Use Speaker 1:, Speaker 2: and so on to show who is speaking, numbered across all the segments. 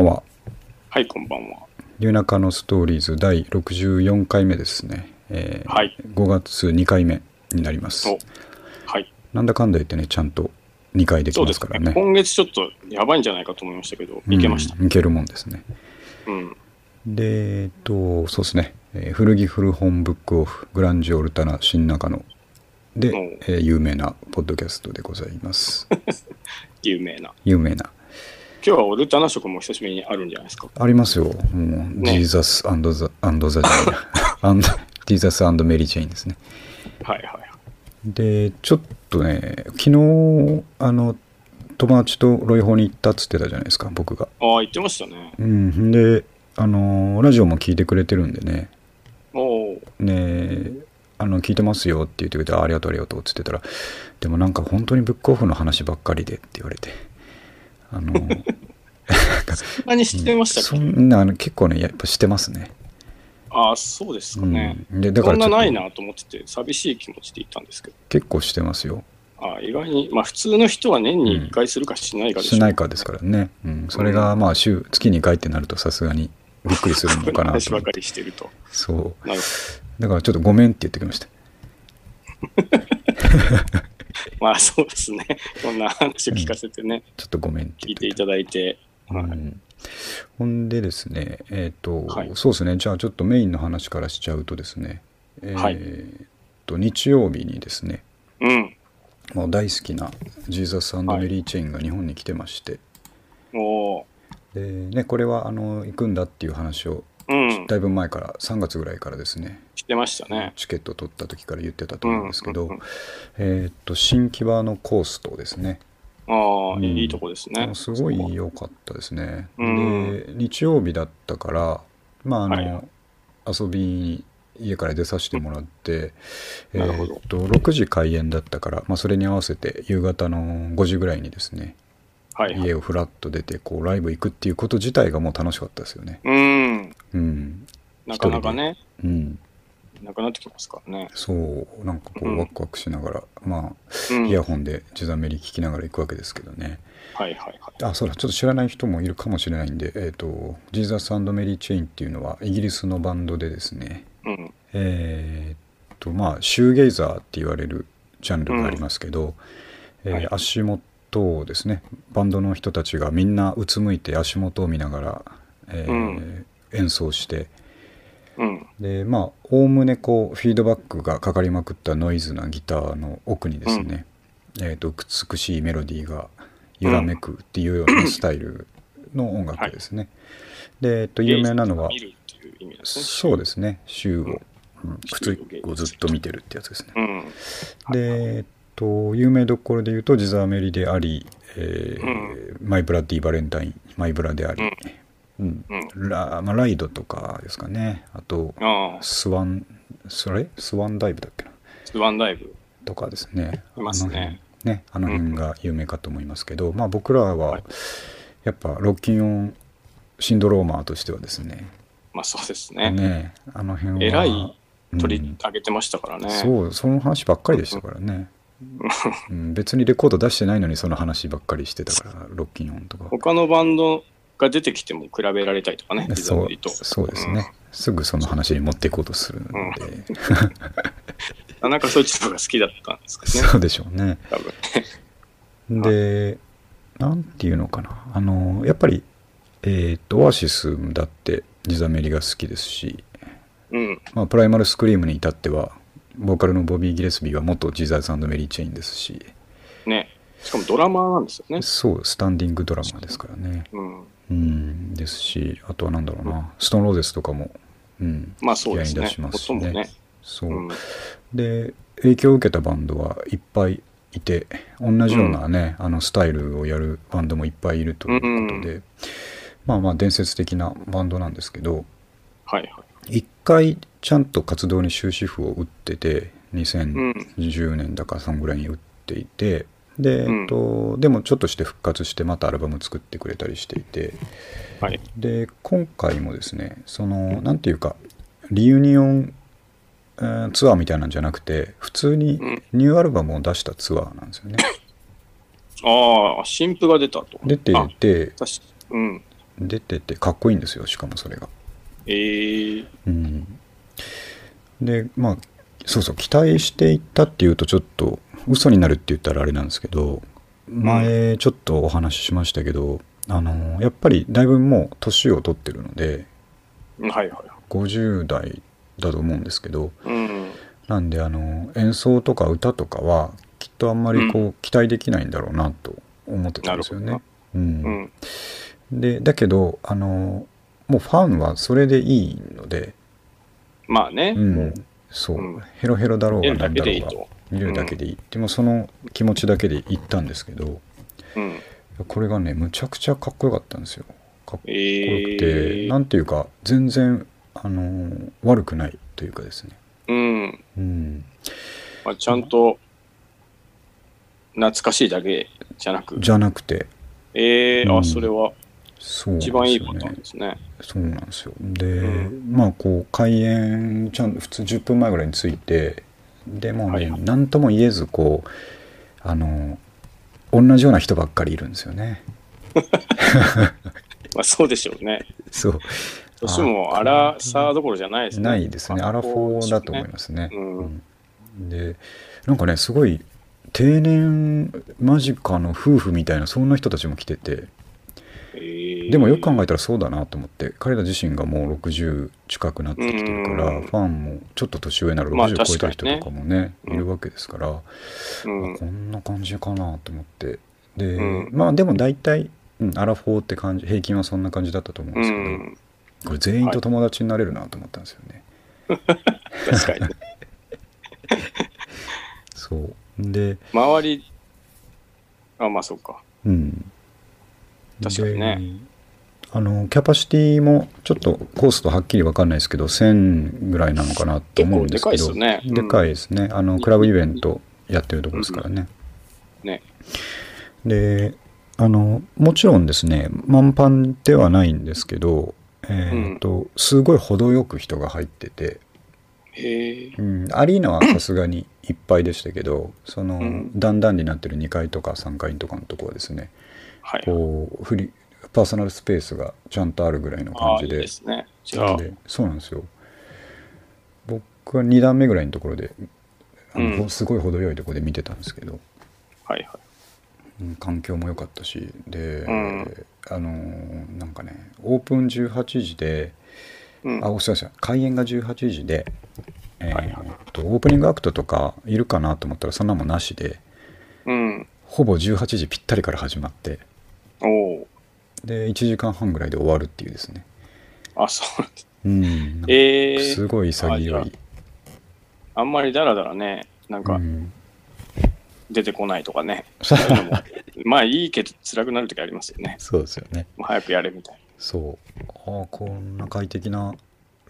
Speaker 1: はい、こんばんは。
Speaker 2: 夜中のストーリーズ第64回目ですね、えー
Speaker 1: はい
Speaker 2: 5月2回目になります
Speaker 1: おはい。
Speaker 2: なんだかんだ言ってねちゃんと2回でき
Speaker 1: そう
Speaker 2: ま
Speaker 1: ですす
Speaker 2: から
Speaker 1: ね
Speaker 2: ね
Speaker 1: 今月ちょっとやばいんじゃないかと思いましたけど、いけました。
Speaker 2: うんいけるもんですね
Speaker 1: うん。
Speaker 2: でえっとそうですね、えー古着古本ブックオフグランジオルタナ新中野で
Speaker 1: お、
Speaker 2: えー有名なポッドキャストでございます
Speaker 1: 有名な。
Speaker 2: 有名な
Speaker 1: 今日はオルタナ色も久しぶりにあるんじゃないですか。
Speaker 2: ありますよもう、ジーザスザアンドザじゃないアン ドジーザスメリー・ジェインですね
Speaker 1: はいはいはい。
Speaker 2: でちょっとね昨日あの友達とロイホに行ったっつってたじゃないですか僕が
Speaker 1: ああ、言ってましたね。
Speaker 2: うんであのラジオも聞いてくれてるんでね
Speaker 1: おー
Speaker 2: ねあの聞いてますよって言ってくれてあありがとうありがとうっつってたらでもなんか本当にブックオフの話ばっかりでって言われてあ のなんか
Speaker 1: 何してました
Speaker 2: そ
Speaker 1: っけ、
Speaker 2: んなあの結構ねやっぱしてますね
Speaker 1: ああ、そうですかね。
Speaker 2: うん、でだ
Speaker 1: そ
Speaker 2: から
Speaker 1: ん
Speaker 2: ちょ
Speaker 1: な
Speaker 2: っと
Speaker 1: ないなと思ってて、寂しい気持ちでいたんですけど。
Speaker 2: 結構してますよ
Speaker 1: ああ、意外に、まあ普通の人は年に1回するかしないかでしょ
Speaker 2: しないかですからね、うん、それがまあ週月2回ってなるとさすがにびっくりするの かな
Speaker 1: 話
Speaker 2: と思
Speaker 1: ば
Speaker 2: っ
Speaker 1: か
Speaker 2: て
Speaker 1: りしてると。
Speaker 2: そう
Speaker 1: なる
Speaker 2: だからちょっとごめんって言ってきました
Speaker 1: ほどまあそうですね。こんな話を聞かせてね、
Speaker 2: ちょっとごめんって
Speaker 1: 聞
Speaker 2: 言
Speaker 1: い
Speaker 2: ってて
Speaker 1: いただいて。はい
Speaker 2: うんほんでですねえっ、と、
Speaker 1: はい
Speaker 2: そうですねじゃあちょっとメインの話からしちゃうとですねえー
Speaker 1: はい
Speaker 2: と日曜日にですね
Speaker 1: うん。
Speaker 2: もう大好きなジーザスメリー・チェインが日本に来てまして、
Speaker 1: おー
Speaker 2: でね、これはあの行くんだっていう話を
Speaker 1: うん。
Speaker 2: だいぶ前から3月ぐらいからですね
Speaker 1: してましたね。
Speaker 2: チケット取った時から言ってたと思うんですけど、
Speaker 1: うんうんうん
Speaker 2: えーっと新木場のコースとですね
Speaker 1: ああ、
Speaker 2: うん
Speaker 1: いいとこですね。
Speaker 2: すごい良かったですね、
Speaker 1: うん
Speaker 2: で日曜日だったからまああの、
Speaker 1: は
Speaker 2: 遊びに家から出させてもらって、
Speaker 1: うんなるほど
Speaker 2: えーっと6時開園だったから、まあ、それに合わせて夕方の5時ぐらいにですね
Speaker 1: はい、はい。
Speaker 2: 家をふらっと出てこうライブ行くっていうこと自体がもう楽しかったですよね
Speaker 1: うん。
Speaker 2: うん
Speaker 1: なかなかね、
Speaker 2: うん
Speaker 1: なくなってきますからね。
Speaker 2: そうなんかこ
Speaker 1: うん
Speaker 2: うワクワクしながら、まあ
Speaker 1: うん。
Speaker 2: イヤホンで地ざめり聞きながら行くわけですけどね。
Speaker 1: はいはいはい。
Speaker 2: あ、そうだ、ちょっと知らない人もいるかもしれないんで、えっ、と、ジーザスメリー・チェインっていうのはイギリスのバンドでですね、
Speaker 1: うん。
Speaker 2: えっと、まあ、シューゲイザーって言われるジャンルがありますけど、えー
Speaker 1: はい
Speaker 2: 足元をですね、バンドの人たちがみんなうつむいて足元を見ながら、えー
Speaker 1: うん
Speaker 2: 演奏して、
Speaker 1: うん。
Speaker 2: でまあおおむねこうフィードバックがかかりまくったノイズなギターの奥にですね、えー、と美しいメロディーが揺らめくっていうようなスタイルの音楽ですね。で、えー、と有名なのは
Speaker 1: 見るっていう意味ですね。
Speaker 2: そうですね週を、うん、
Speaker 1: 週
Speaker 2: 靴
Speaker 1: を
Speaker 2: をずっと見てるってやつですね。
Speaker 1: うん。
Speaker 2: で、えっと、有名どころで言うと「ジザーメリ」であり「えーマイ・ブラッディ・バレンタイン」「マイ・ブラ」であり、うん
Speaker 1: うん。
Speaker 2: ラまあ、ライドとかですかねあと
Speaker 1: ああ、
Speaker 2: スワン、それスワンダイブだっけな
Speaker 1: スワンダイブ。
Speaker 2: とかですね。
Speaker 1: いますね
Speaker 2: あの辺。ね、あの辺が有名かと思いますけど、まあ僕らは
Speaker 1: はい、
Speaker 2: やっぱロッキンオンシンドローマーとしてはですね、
Speaker 1: まあそうですね。
Speaker 2: ね、あの辺は。
Speaker 1: えらい取
Speaker 2: う
Speaker 1: り
Speaker 2: ん
Speaker 1: 上げてましたからね。
Speaker 2: そう、その話ばっかりでしたから ね。うん、別にレコード出してないのにその話ばっかりしてたから、ロッキンオンとか。
Speaker 1: 他のバンドが出てきても比べられたりとかね、リザ
Speaker 2: そ
Speaker 1: ブ
Speaker 2: う
Speaker 1: リと。
Speaker 2: そうですね、すぐその話に持っていこうとするんで、
Speaker 1: うん。なんかそういうのが好きだったんですかね、
Speaker 2: そうでしょうね。
Speaker 1: 多分ね。
Speaker 2: で、なんていうのかな、あの、やっぱり、えーっと、オアシスだって、ジザメリが好きですし、
Speaker 1: うん。
Speaker 2: まあ、プライマルスクリームに至っては、ボーカルのボビー・ギレスビーは元ジザーズメリー・チェインですし、
Speaker 1: ね。しかもドラマーなんですよね。
Speaker 2: そう、スタンディングドラマーですからね。
Speaker 1: うん。
Speaker 2: うん、ですし、あとはなんだろうな、ストーン・ローゼスとかも、うん、
Speaker 1: まあそうです
Speaker 2: 引き合いに
Speaker 1: ね
Speaker 2: 出し。ますし
Speaker 1: 音もね。
Speaker 2: そうう。
Speaker 1: ん。
Speaker 2: で、影響を受けたバンドはいっぱいいて、同じようなね、あのスタイルをやるバンドもいっぱいいるということで、
Speaker 1: う
Speaker 2: まあまあ伝説的なバンドなんですけど、
Speaker 1: はいはい。
Speaker 2: 一回ちゃんと活動に終止符を打ってて、
Speaker 1: ん
Speaker 2: 2010年だかそんぐらいに打っていて、で、
Speaker 1: うん
Speaker 2: えっと、でもちょっとして復活してまたアルバム作ってくれたりしていて、
Speaker 1: はい。
Speaker 2: で今回もですねそのなんていうかリユニオン、えーツアーみたいなんじゃなくて普通に
Speaker 1: うん
Speaker 2: ニューアルバムを出したツアーなん ですよね。
Speaker 1: ああ、新譜が出たと。
Speaker 2: 出てい
Speaker 1: あ
Speaker 2: て
Speaker 1: 確かうん。
Speaker 2: 出ててかっこいいんですよしかもそれが。
Speaker 1: えー、
Speaker 2: うん、でまあそうそう期待していったっていうとちょっと嘘になるって言ったらあれなんですけど前ちょっとお話ししましたけどあのやっぱりだいぶもう年を取ってるので
Speaker 1: うんはいはい。
Speaker 2: 50代だと思うんですけど
Speaker 1: うん。
Speaker 2: なんであの演奏とか歌とかはきっとあんまりこう期待できないんだろうなと思ってたんですよ
Speaker 1: なる
Speaker 2: ね。
Speaker 1: う
Speaker 2: うん
Speaker 1: ん。
Speaker 2: でだけどあのもうファンはそれでいいので、
Speaker 1: まあね。
Speaker 2: うん
Speaker 1: もう
Speaker 2: そう、
Speaker 1: うん
Speaker 2: ヘロヘロだろう
Speaker 1: 見
Speaker 2: が
Speaker 1: る
Speaker 2: な
Speaker 1: だ
Speaker 2: ん
Speaker 1: け
Speaker 2: だろ
Speaker 1: でいうい
Speaker 2: が
Speaker 1: と。
Speaker 2: 見れるだけでいい、でもその気持ちだけで行ったんですけど
Speaker 1: うん。
Speaker 2: これがねむちゃくちゃかっこよかったんですよかっこ
Speaker 1: え
Speaker 2: よくて、
Speaker 1: ー、
Speaker 2: なんていうか全然あのー悪くないというかですね
Speaker 1: うん。
Speaker 2: うん
Speaker 1: まあ、ちゃんと、懐かしいだけじゃなく。
Speaker 2: じゃなくて
Speaker 1: えー、
Speaker 2: う
Speaker 1: あ、
Speaker 2: ん
Speaker 1: それは
Speaker 2: そうなんです
Speaker 1: 一
Speaker 2: よ
Speaker 1: 番
Speaker 2: ね
Speaker 1: いいパターンですね。
Speaker 2: そうなんですよで、
Speaker 1: う
Speaker 2: まあこう開演ちゃん普通10分前ぐらいに着いてでもう
Speaker 1: はい
Speaker 2: ね
Speaker 1: はい
Speaker 2: 何とも言えずこうあの同じような人ばっかりいるんですよね
Speaker 1: まあ、そうでしょうね。
Speaker 2: そう
Speaker 1: 年もアラサーどころじゃないですね。
Speaker 2: ないですねアラフォーだと思い
Speaker 1: す。
Speaker 2: ますね
Speaker 1: うん
Speaker 2: うんでなんかねすごい定年間近の夫婦みたいなそんな人たちも来てて
Speaker 1: えー
Speaker 2: でもよく考えたらそうだなと思って彼ら自身がもう60近くなってきてるから、
Speaker 1: うん
Speaker 2: ファンもちょっと年上なら
Speaker 1: まあ
Speaker 2: 60超えた人
Speaker 1: 確かにね
Speaker 2: とかもね,、
Speaker 1: うん
Speaker 2: いるわけですから、
Speaker 1: うん
Speaker 2: あこんな感じかなと思ってで、
Speaker 1: うん
Speaker 2: まあでも大体、うん、アラフォーって感じ平均はそんな感じだったと思うん
Speaker 1: う
Speaker 2: ですけど、
Speaker 1: ん、
Speaker 2: これ全員と友達になれるなと思ったんですよね。
Speaker 1: 確 かにね。
Speaker 2: そうで
Speaker 1: 周り、あ、まあそうか。
Speaker 2: うん
Speaker 1: 確かにね
Speaker 2: であのキャパシティもちょっとコースとはっきり分かんないですけど1000ぐらいなのかなと思うんですけど
Speaker 1: 結構でかいですよねうん
Speaker 2: でかいですねあのクラブイベントやってるところですからね、
Speaker 1: ね。
Speaker 2: であのもちろんですね満帆ではないんですけどえーっと、すごい程よく人が入ってて、
Speaker 1: へえ。
Speaker 2: うん、アリーナはさすがにいっぱいでしたけどその、
Speaker 1: うん
Speaker 2: だんだんになってる2階とか3階とかのとこはですね
Speaker 1: はい。
Speaker 2: こうフリーパーソナルスペースがちゃんとあるぐらいの
Speaker 1: あ
Speaker 2: 感
Speaker 1: あ、い
Speaker 2: じ
Speaker 1: い
Speaker 2: で
Speaker 1: ですね。じゃあ、
Speaker 2: でそうなんですよ僕は2段目ぐらいのところであの、
Speaker 1: うん
Speaker 2: すごい程よいところで見てたんですけど、
Speaker 1: はいは
Speaker 2: うん環境も良かったしで、
Speaker 1: うん
Speaker 2: あのーなんかねオープン18時で
Speaker 1: い。うん
Speaker 2: あ、おっしゃいました開演が18時で、えー
Speaker 1: はいはい
Speaker 2: えっとオープニングアクトとかいるかなと思ったらそんなもんなしで
Speaker 1: うん。
Speaker 2: ほぼ18時ぴったりから始まって
Speaker 1: おお。
Speaker 2: で1時間半ぐらいで終わるっていうですね
Speaker 1: あ、そうなんです。
Speaker 2: うんなんか
Speaker 1: ええ
Speaker 2: すごい潔い、
Speaker 1: あじゃあんまりだらだらね、なん
Speaker 2: う
Speaker 1: か
Speaker 2: ん、
Speaker 1: 出てこないとかね。そういうのも まあいいけど、辛くなるときありますよね。
Speaker 2: そうですよね
Speaker 1: もう早くやれみたい
Speaker 2: そうああこんな快適な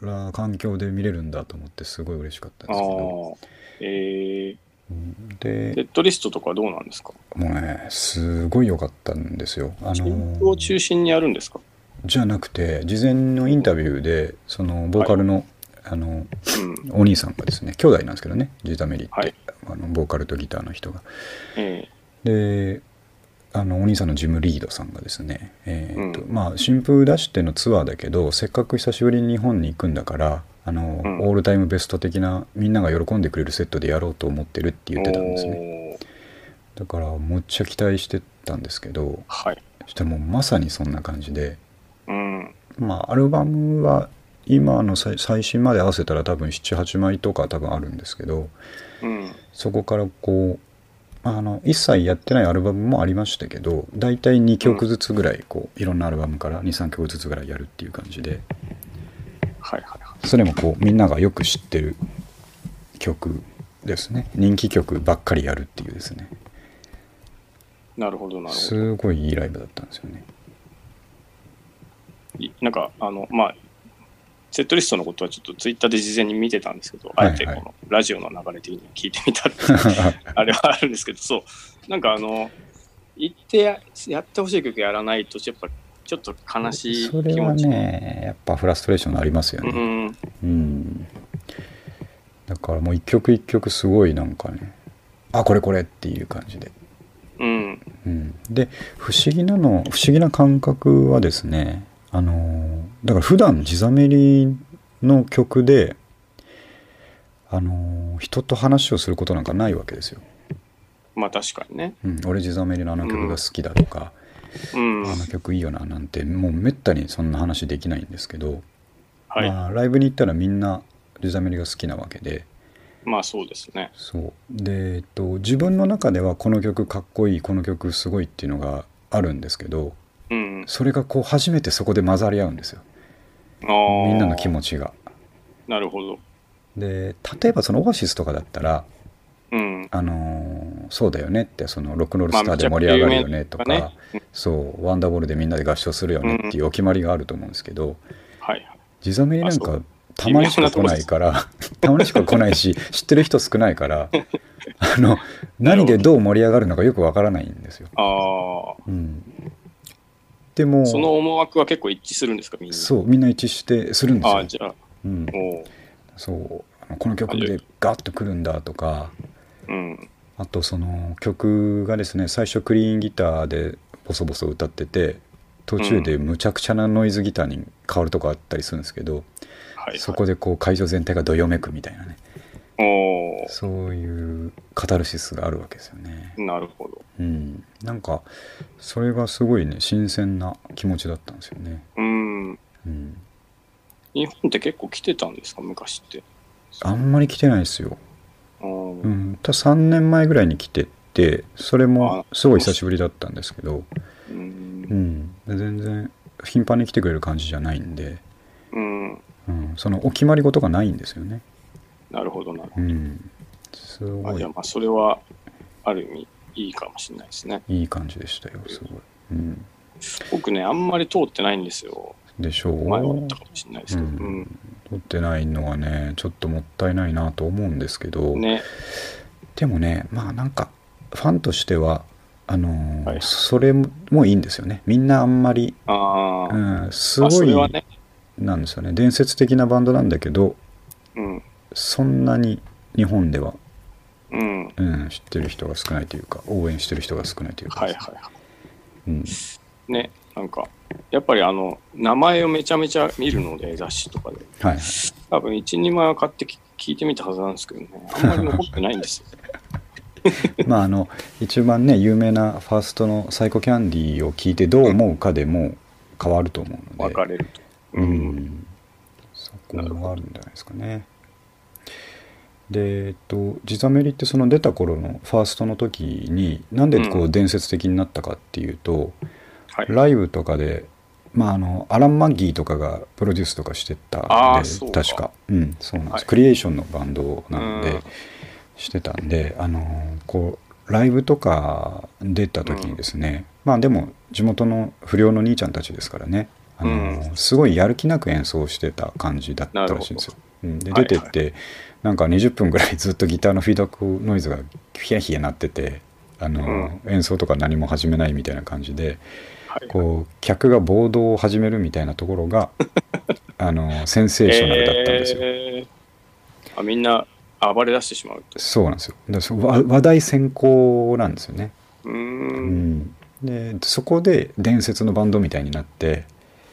Speaker 2: ら環境で見れるんだと思ってすごい嬉しかったん
Speaker 1: な。
Speaker 2: で
Speaker 1: あ
Speaker 2: す
Speaker 1: あ
Speaker 2: けど、
Speaker 1: ええ
Speaker 2: うんで
Speaker 1: セットリストとかどうなんですか
Speaker 2: もうねすごい良かったんですよあの
Speaker 1: チ
Speaker 2: ー
Speaker 1: ームを中心にやるんですか
Speaker 2: じゃなくて事前のインタビューでそのボーカルの,、あの
Speaker 1: うん。
Speaker 2: お兄さんがですね兄弟なんですけどねジータメリって、
Speaker 1: はい
Speaker 2: あのボーカルとギターの人が
Speaker 1: え
Speaker 2: であのお兄さんのジム・リードさんがですね、えーと
Speaker 1: う
Speaker 2: まあ新風出してのツアーだけどせっかく久しぶりに日本に行くんだからあの、
Speaker 1: うん
Speaker 2: オールタイムベスト的なみんなが喜んでくれるセットでやろうと思ってるって
Speaker 1: え
Speaker 2: 言ってたんですね
Speaker 1: おー
Speaker 2: だからむっちゃ期待してたんですけど
Speaker 1: はい。
Speaker 2: そしたらもうまさにそんな感じで
Speaker 1: うん。
Speaker 2: まあアルバムは今の最最新まで合わせたら多分78枚とか多分あるんですけど
Speaker 1: うん。
Speaker 2: そこからこうあの一切やってないアルバムもありましたけど大体2曲ずつぐらいこういろんなアルバムから23曲ずつぐらいやるっていう感じで
Speaker 1: はいはいは
Speaker 2: それもこうみんながよく知ってる曲ですね人気曲ばっかりやるっていうですね
Speaker 1: い。なるほどなるほど。
Speaker 2: すごいいいライブだったんですよね
Speaker 1: いなんか、あの、まあ、セットリストのことはちょっとツイッターで事前に見てたんですけど、
Speaker 2: はいはい
Speaker 1: あえてこのラジオの流れ的に聞いてみ たっていうあれはあるんですけど、そう、なんかあの、行ってややってほしい曲やらないと、やっぱちょっと悲しい気
Speaker 2: それは
Speaker 1: 持ち。
Speaker 2: ねやっぱフラストレーションありますよ
Speaker 1: う
Speaker 2: ね
Speaker 1: ん、
Speaker 2: うん、だからもう一曲一曲すごいなんかねあこれこれっていう感じで、
Speaker 1: うん、
Speaker 2: うん、で不思議なの不思議な感覚はですねあのーだから普段地ざめりの曲で、あのー人と話をすることなんかないわけですよ。
Speaker 1: まあ確かにね。
Speaker 2: うん、俺地ざめりのあの曲が好きだとか、
Speaker 1: うん。
Speaker 2: あの曲いいよななんてもうめったにそんな話できないんですけど、
Speaker 1: はい。
Speaker 2: まあ、ライブに行ったらみんな地ざめりが好きなわけで
Speaker 1: まあそうですね。
Speaker 2: そうで、えっと、自分の中ではこの曲かっこいいこの曲すごいっていうのがあるんですけど
Speaker 1: うん。
Speaker 2: それがこう初めてそこで混ざり合うんですよ
Speaker 1: あー
Speaker 2: みんなの気持ちが。
Speaker 1: なるほど。
Speaker 2: で例えばそのオアシスとかだったら「
Speaker 1: うん。
Speaker 2: あのーそうだよね」ってそのロックンロール
Speaker 1: まあ
Speaker 2: スターで盛り上がるよねとか,、
Speaker 1: めちゃくちゃ有名と
Speaker 2: そう「ワンダーボールでみんなで合唱するよね」っていうお決まりがあると思うんですけど、
Speaker 1: はい。
Speaker 2: 地ざめりなん
Speaker 1: あそ
Speaker 2: かたまにしか来ないからたまにしか来ない し知ってる人少ないからあの何でどう盛り上がるのかよくわからないんですよ。
Speaker 1: あ
Speaker 2: うん、でも
Speaker 1: あ。その思惑は結構一致するんですか、みんな。
Speaker 2: そうみんな一致してするんです
Speaker 1: あ
Speaker 2: よ
Speaker 1: あ、。じゃあ、
Speaker 2: うん、
Speaker 1: おう。
Speaker 2: そうあのこの曲でガッとくるんだとか
Speaker 1: うん。
Speaker 2: あとその曲がですね最初クリーンギターでボソボソ歌ってて途中でむちゃくちゃなノイズギターに変わるとこあったりするんですけど、
Speaker 1: はい。
Speaker 2: そこでこう会場全体がどよめくみたいなね
Speaker 1: お
Speaker 2: そういうカタルシスがあるわけですよね。
Speaker 1: お。なるほど。
Speaker 2: うん。なんか、それがすごいね、新鮮な気持ちだったんですよね。
Speaker 1: うん。
Speaker 2: うん。
Speaker 1: 日本って結構来てたんですか、昔って。
Speaker 2: あんまり来てないですよ。
Speaker 1: うん
Speaker 2: う。ん。た3年前ぐらいに来てて、それもすごい久しぶりだったんですけど、う
Speaker 1: う。
Speaker 2: んん。で全然、頻繁に来てくれる感じじゃないんで、
Speaker 1: うん。
Speaker 2: うん。そのお決まり事がないんですよね。
Speaker 1: なるほどなるほ
Speaker 2: うん。す
Speaker 1: ど。あ
Speaker 2: ご
Speaker 1: じゃ
Speaker 2: い
Speaker 1: あ、まあ、それは、ある意味、いいかもしれないですね。
Speaker 2: いい感じでしたよ、すごい。うん。
Speaker 1: 僕ね、あんまり通ってないんですよ。
Speaker 2: でしょう。
Speaker 1: 前はあったかもしれないですけど。うん。
Speaker 2: 撮ってないのはねちょっともったいないなと思うんですけど、
Speaker 1: ね。
Speaker 2: でもねまあなんかファンとしてはあのー
Speaker 1: はい
Speaker 2: それもいいんですよねみんなあんまり、
Speaker 1: ああ。
Speaker 2: う
Speaker 1: ま
Speaker 2: ん、す
Speaker 1: あ
Speaker 2: ご
Speaker 1: そ
Speaker 2: い
Speaker 1: れはね。
Speaker 2: なんですよね伝説的なバンドなんだけど
Speaker 1: うん。
Speaker 2: そんなに日本では、
Speaker 1: うん。
Speaker 2: うん、知ってる人が少ないというか応援してる人が少ないというか、
Speaker 1: はいはいは
Speaker 2: うん、
Speaker 1: い。ね。なんか、やっぱりあの、名前をめちゃめちゃ見るので、雑誌とかで。
Speaker 2: はいはい
Speaker 1: 多分、1、2枚は買ってき聞いてみたはずなんですけどね。あんまり残ってないんで すよ。
Speaker 2: まああの一番ね有名なファーストの「サイコキャンディー」を聞いてどう思うかでも変わると思うので
Speaker 1: 別れると。
Speaker 2: う。ん、そこもあるんじゃないですかね。で、えっと、地ざめりってその出た頃のファーストの時になんでこ
Speaker 1: う
Speaker 2: う伝説的になったかっていうと、
Speaker 1: はい。
Speaker 2: ライブとかで、まあ、あのアラン・マッギーとかがプロデュースとかしてたんで
Speaker 1: あーそうか
Speaker 2: 確か、うん、そうなんです、
Speaker 1: はい
Speaker 2: クリエーションのバンドなんで、
Speaker 1: うん
Speaker 2: してたんであのこうライブとか出た時にですね、まあでも地元の不良の兄ちゃんたちですからねあの、
Speaker 1: うん
Speaker 2: すごいやる気なく演奏してた感じだったらしいんですよ。うんで
Speaker 1: はいは
Speaker 2: 出
Speaker 1: い
Speaker 2: てって、なんか20分ぐらいずっとギターのフィードバックノイズがヒヤヒヤ鳴っててあの、演奏とか何も始めないみたいな感じで
Speaker 1: はい
Speaker 2: こう客が暴動を始めるみたいなところ があのセンセーショナルだったんですよ。
Speaker 1: えーあみんな暴れ出してしまうと。
Speaker 2: そうなんですよだからそうわ話題先行なんですよね、
Speaker 1: うー。
Speaker 2: うんん、でそこで伝説のバンドみたいになって、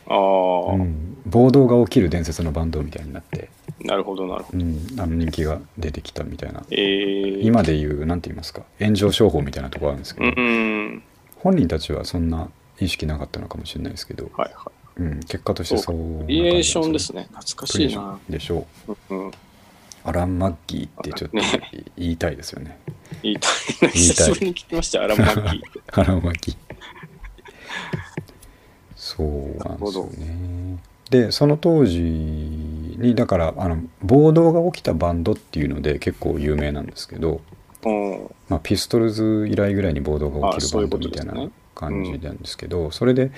Speaker 1: ああ、
Speaker 2: うん暴動が起きる伝説のバンドみたいになって、
Speaker 1: なるほどなるほ
Speaker 2: う
Speaker 1: ど。
Speaker 2: ん、あの人気が出てきたみたいな
Speaker 1: えー、
Speaker 2: 今でいう何て言いますか炎上商法みたいなとこあるんですけ
Speaker 1: う
Speaker 2: ど、
Speaker 1: ん。
Speaker 2: 本人たちはそんな意識なかったのかもしれないですけど、
Speaker 1: はいは
Speaker 2: うん、結果と
Speaker 1: い。
Speaker 2: して
Speaker 1: そ
Speaker 2: そ
Speaker 1: うか。
Speaker 2: うな
Speaker 1: ク
Speaker 2: 感じ
Speaker 1: リ
Speaker 2: なん
Speaker 1: エー
Speaker 2: です
Speaker 1: シ
Speaker 2: よ
Speaker 1: ョン
Speaker 2: ね
Speaker 1: ですね。懐かしいな。
Speaker 2: でしょう
Speaker 1: うん。
Speaker 2: アラン・マッギーってちょっと言いたいですよね
Speaker 1: 言いたいな。久しぶりに聞きました、アランマッキー。
Speaker 2: アラン・マッギーそうなんですよねでその当時にだからあの暴動が起きたバンドっていうので結構有名なんですけど、
Speaker 1: うん。
Speaker 2: まあ、ピストルズ以来ぐらいに暴動が
Speaker 1: あ
Speaker 2: 起きる
Speaker 1: そう
Speaker 2: バ
Speaker 1: い
Speaker 2: ンド
Speaker 1: うこと
Speaker 2: み
Speaker 1: で
Speaker 2: た
Speaker 1: す
Speaker 2: い
Speaker 1: ね
Speaker 2: な感じなんですけど、それで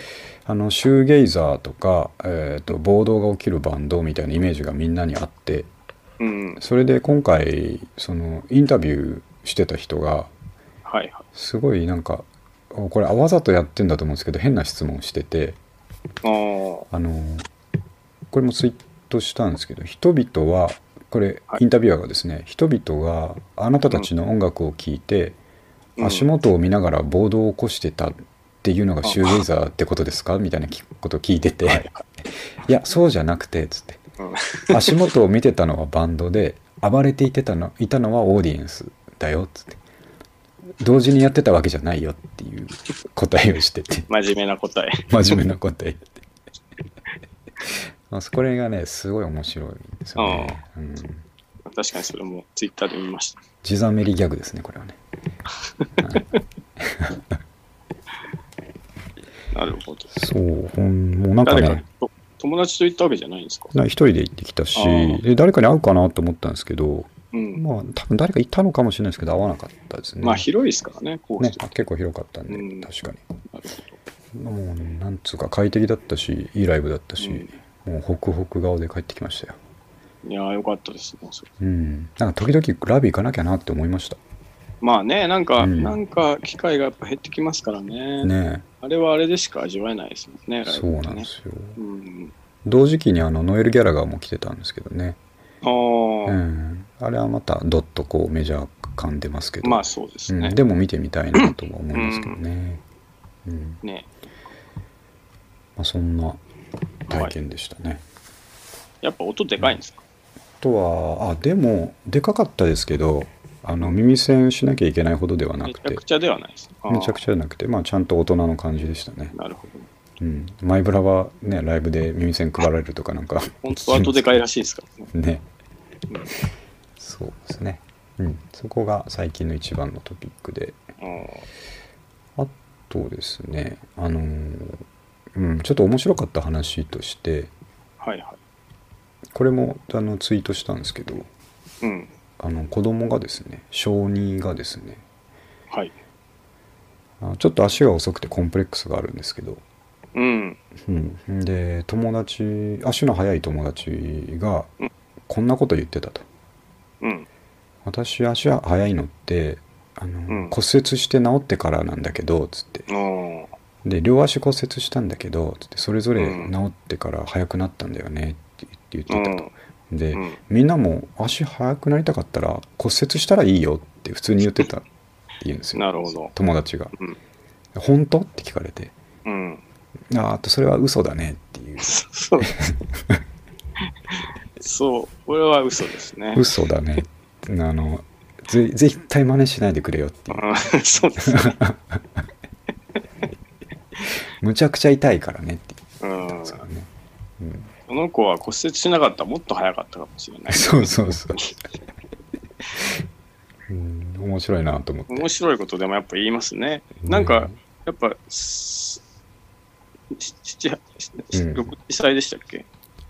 Speaker 2: あのシューゲイザーとか、えー、と暴動が起きるバンドみたいなイメージがみんなにあって
Speaker 1: うん。
Speaker 2: それで今回そのインタビューしてた人が
Speaker 1: はいは
Speaker 2: すごいなんかおこれわざとやってんだと思うんですけど変な質問してて
Speaker 1: い。うん。
Speaker 2: あのこれもツイートしたんですけど人々はこれ
Speaker 1: はい
Speaker 2: インタビュアーがですね、人々があなたたちの音楽を聴いて、
Speaker 1: うん
Speaker 2: 足元を見ながら暴動を起こしてたっていうのがシューゲイザーってことですかみたいなきこと聞いてて、い、やそうじゃなくてつって
Speaker 1: うん
Speaker 2: 足元を見てたのはバンドで暴れていてたのいたのはオーディエンスだよっつって同時にやってたわけじゃないよっていう答えをしてて
Speaker 1: 真面目な答え。
Speaker 2: 真面目な答えってまあそこれがねすごい面白いんですよね、うん、
Speaker 1: 確かにそれもツイッターで見ました。
Speaker 2: 地ざめりギャグですねこれはね
Speaker 1: なるほど。
Speaker 2: そうほんもうなんか
Speaker 1: 誰か
Speaker 2: ね
Speaker 1: と友達と行ったわけじゃないんですか
Speaker 2: な一人で行ってきたし
Speaker 1: あー
Speaker 2: で誰かに会うかなと思ったんですけど
Speaker 1: うん。
Speaker 2: まあ多分誰かいたのかもしれないですけど会わなかったですね
Speaker 1: まあ広いですからね、コー
Speaker 2: ね
Speaker 1: ス、
Speaker 2: 結構広かったんで、
Speaker 1: うん
Speaker 2: 確かに
Speaker 1: なる
Speaker 2: もうねなんつうか快適だったしいいライブだったし、もうホクホク顔で帰ってきましたよ
Speaker 1: ほど。いやー、よかったですね。それ
Speaker 2: うんなんか時々ライブ行かなきゃなって思いました
Speaker 1: まあね、なんか、
Speaker 2: うん
Speaker 1: なんか機会がやっぱ減ってきますからね。
Speaker 2: ね
Speaker 1: あれはあれでしか味わえないですもんね、
Speaker 2: え
Speaker 1: ライ
Speaker 2: そ
Speaker 1: ブ
Speaker 2: う
Speaker 1: って
Speaker 2: なんで
Speaker 1: ね。
Speaker 2: すよ
Speaker 1: うん。
Speaker 2: 同時期にあのノエル・ギャラガーも来てたんですけどね、
Speaker 1: ああ、
Speaker 2: うん、あれはまたドッとこうメジャー感出ますけど、
Speaker 1: まあそうです
Speaker 2: う
Speaker 1: ね
Speaker 2: ん、。でも見てみたいなとは思いますけどね、うん
Speaker 1: ね
Speaker 2: まあ、そんな体験でしたね、
Speaker 1: やっぱ音でかいんですか、
Speaker 2: あとはあでもでかかったですけどあの耳栓しなきゃいけないほどではな
Speaker 1: め
Speaker 2: く
Speaker 1: ちゃ
Speaker 2: て
Speaker 1: くちゃではないです。あー
Speaker 2: めちゃくちゃじゃなくて、まあ、ちゃんと大人の感じでしたね。
Speaker 1: なるほど。
Speaker 2: うん。マイブラはね、ライブで耳栓配られるとかなんか。
Speaker 1: 本当は後でかいらしいですからね。
Speaker 2: ね。
Speaker 1: うん
Speaker 2: そうですね。うん。そこが最近の一番のトピックで。あとですね、あのーうん、ちょっと面白かった話として、
Speaker 1: はいは
Speaker 2: これもあのツイートしたんですけど、
Speaker 1: い。うん。
Speaker 2: あの子供がですね、小児がですね、
Speaker 1: はい。
Speaker 2: あちょっと足が遅くてコンプレックスがあるんですけど、
Speaker 1: うん。
Speaker 2: うん、で友達足の速い友達が
Speaker 1: うん
Speaker 2: こんなこと言ってたと
Speaker 1: うん。
Speaker 2: 「私足は速いのってあの、
Speaker 1: ん
Speaker 2: 骨折して治ってからなんだけど」つって
Speaker 1: あー
Speaker 2: 「で両足骨折したんだけど」つって「それぞれ
Speaker 1: うん
Speaker 2: 治ってから速くなったんだよね」って言って言
Speaker 1: う
Speaker 2: ってた
Speaker 1: ん
Speaker 2: と。で、
Speaker 1: うん
Speaker 2: みんなも「足速くなりたかったら骨折したらいいよ」って普通に言ってたって言うんですよ
Speaker 1: なるほど
Speaker 2: 友達が
Speaker 1: うん
Speaker 2: 「本当?」って聞かれて
Speaker 1: うん。
Speaker 2: 「ああとそれは嘘だね」っていう
Speaker 1: そう。そう。これは嘘ですね。
Speaker 2: 嘘だねあのぜ絶対真似しないでくれよっていう
Speaker 1: うんそうですね。
Speaker 2: むちゃくちゃ痛いからねって言
Speaker 1: うん
Speaker 2: っ。たんですよね、うん、
Speaker 1: この子は骨折しなかったらもっと早かったかもしれない。
Speaker 2: そうそうそう、うん、面白いなと思って
Speaker 1: 面白いことでもやっぱ言いますね。なんか、やっぱ、すし七八
Speaker 2: うん
Speaker 1: 六七歳でしたっけ